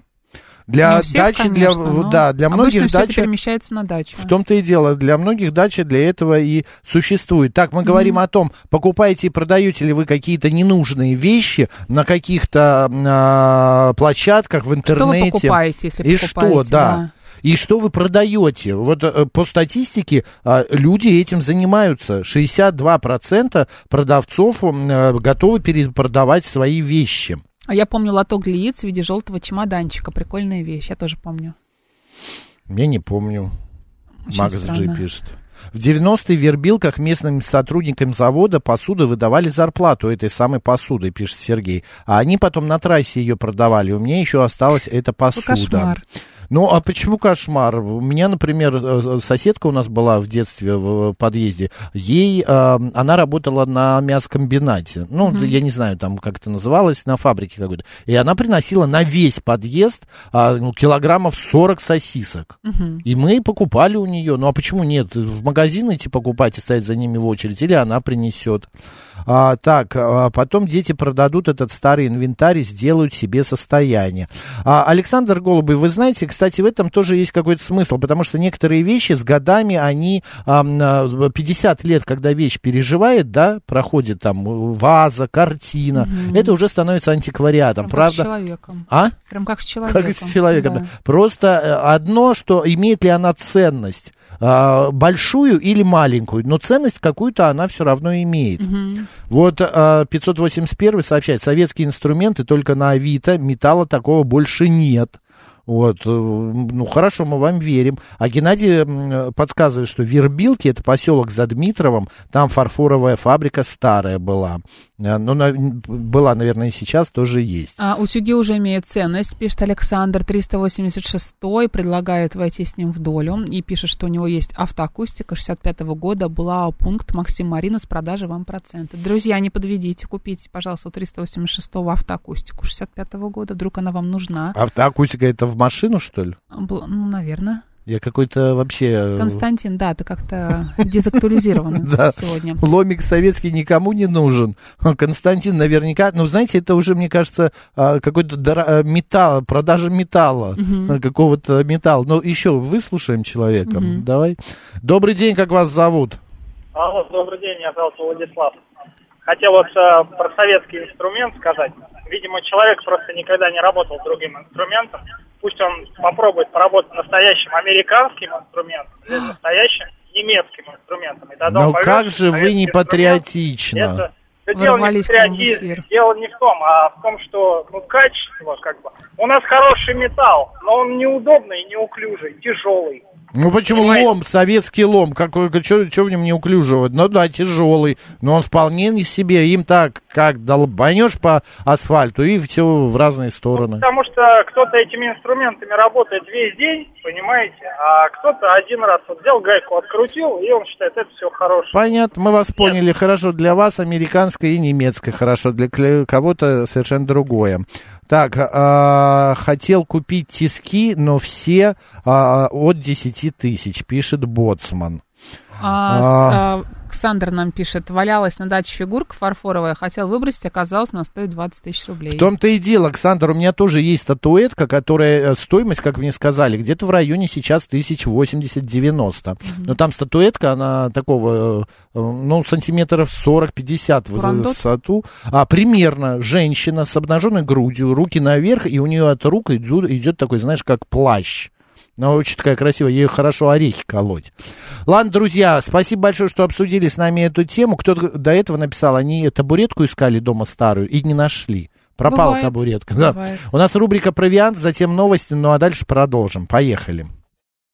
Speaker 2: Не
Speaker 4: Для
Speaker 2: у всех,
Speaker 4: А дачи, для,
Speaker 2: конечно, но
Speaker 4: да, для многих
Speaker 2: обычно все это
Speaker 4: дача...
Speaker 2: перемещается на дачу.
Speaker 4: В том-то и дело. Для многих дача для этого и существует. Так, мы говорим о том, покупаете и продаете ли вы какие-то ненужные вещи на каких-то а, площадках в интернете.
Speaker 2: покупаете, если
Speaker 4: и что,
Speaker 2: покупаете,
Speaker 4: да.
Speaker 2: да.
Speaker 4: И что вы продаете? Вот э, по статистике а, люди этим занимаются. 62% продавцов м, э, готовы перепродавать свои вещи.
Speaker 2: А я помню лоток яиц в виде желтого чемоданчика. Прикольная вещь, я тоже помню.
Speaker 4: Я не помню.
Speaker 2: Очень
Speaker 4: Макс Джи
Speaker 2: странно.
Speaker 4: пишет. В 90-е в Вербилках местным сотрудникам завода посуды выдавали зарплату этой самой посуды, пишет Сергей. А они потом на трассе ее продавали. У меня еще осталась эта посуда.
Speaker 2: кошмар.
Speaker 4: Ну, а почему кошмар? У меня, например, э, соседка у нас была в детстве в подъезде. Ей, э, она работала на мясокомбинате. Ну,
Speaker 2: Мгм.
Speaker 4: я не знаю, там как это называлось, на фабрике какой-то. И она приносила на весь подъезд а, ну, килограммов 40 сосисок.
Speaker 2: Мгм.
Speaker 4: И мы покупали у нее. Ну а почему нет? В магазин идти покупать и стоять за ними в очередь, или она принесет. А, так, а, потом дети продадут этот старый инвентарь и сделают себе состояние. А, Александр Голубый, вы знаете, кстати, в этом тоже есть какой-то смысл, потому что некоторые вещи с годами, они ам, а, 50 лет, когда вещь переживает, да, проходит там э, ваза, картина, это уже становится антиквариатом,
Speaker 2: Прям
Speaker 4: правда?
Speaker 2: Как с человеком.
Speaker 4: А?
Speaker 2: Прям как с человеком.
Speaker 4: Как и с человеком.
Speaker 2: да.
Speaker 4: да. Просто э, одно, что имеет ли она ценность, а, большую или маленькую, но ценность какую-то она все равно имеет.
Speaker 2: Мгм.
Speaker 4: Вот а, 581 сообщает, советские инструменты только на Авито, металла такого больше нет. Вот, э, м, ну хорошо, мы вам верим. А Геннадий м, э, подсказывает, что Вербилки это поселок за Дмитровым, там фарфоровая фабрика старая была. Э, Ну, на- была, наверное, и сейчас тоже есть.
Speaker 2: А, утюги уже имеют ценность, пишет Александр 386 предлагает войти с ним в долю и пишет, что у него есть автоакустика 65 года, была пункт Максим Марина с продажи вам проценты. Друзья, не подведите, купите, пожалуйста, у 386 автоакустику 65 года, вдруг она вам нужна.
Speaker 4: Автоакустика А это в машину, что ли?
Speaker 2: Бл- Ну, наверное.
Speaker 4: Я какой-то вообще... э,
Speaker 2: Константин, да, ты как-то дезактуализирован
Speaker 4: Да.
Speaker 2: сегодня.
Speaker 4: Ломик советский никому не нужен. Константин наверняка... Ну, знаете, это уже, мне кажется, а, какой-то дора- а, металл, продажа металла.
Speaker 2: Мгм.
Speaker 4: а, Какого-то металла. Но еще выслушаем человека.
Speaker 15: Мгм.
Speaker 4: Давай. Добрый день, как вас зовут?
Speaker 15: Алло, добрый день, я звался Владислав. Хотел вот э, про советский инструмент сказать. Видимо, человек просто никогда не работал с другим инструментом. Пусть он попробует поработать настоящим американским инструментом или настоящим немецким инструментом. И тогда он
Speaker 4: Но
Speaker 15: поймет,
Speaker 4: Ну, как
Speaker 15: что
Speaker 4: же вы не
Speaker 15: это-
Speaker 4: патриотично?
Speaker 15: да дело не в
Speaker 2: Ворвались к нам в
Speaker 15: патриотизме,
Speaker 2: эфир.
Speaker 15: дело не в том, а в том, что ну, качество как бы. У нас хороший металл, но он неудобный, неуклюжий, тяжелый.
Speaker 4: Ну почему лом, советский лом, какой, что в нем неуклюжего? Ну да, тяжелый, но он вполне не себе. Им так, как долбанешь по асфальту, и все в разные стороны.
Speaker 15: Потому что кто-то этими инструментами работает весь день, понимаете, а кто-то один раз вот взял гайку, открутил, и он считает, это все хорошее.
Speaker 4: Понятно, мы вас поняли. Хорошо для вас американское и немецкое, хорошо для кля- кого-то совершенно другое. Так, а, хотел купить тиски, но все а, от 10 тысяч, пишет Боцман.
Speaker 2: А, с- а, Александр нам пишет, валялась на даче фигурка фарфоровая, хотел выбросить, оказалось, она стоит 20 тысяч рублей.
Speaker 4: В том-то и дело, Александр, у меня тоже есть статуэтка, которая э, стоимость, как мне сказали, где-то в районе сейчас 1080-90. Но там статуэтка, она такого, э, э, ну, сантиметров 40-50 в
Speaker 2: Турандот?
Speaker 4: высоту. А, примерно женщина с обнаженной грудью, руки наверх, и у нее от рук идут- идет такой, знаешь, как плащ. Она очень такая красивая, ей хорошо орехи колоть. Ладно, друзья, спасибо большое, что обсудили с нами эту тему. Кто-то до этого написал, они табуретку искали дома старую и не нашли. Пропала
Speaker 16: Бывает,
Speaker 4: табуретка. Да.
Speaker 16: бывает.
Speaker 4: У нас рубрика «Провиант», затем новости, ну а дальше продолжим. Поехали.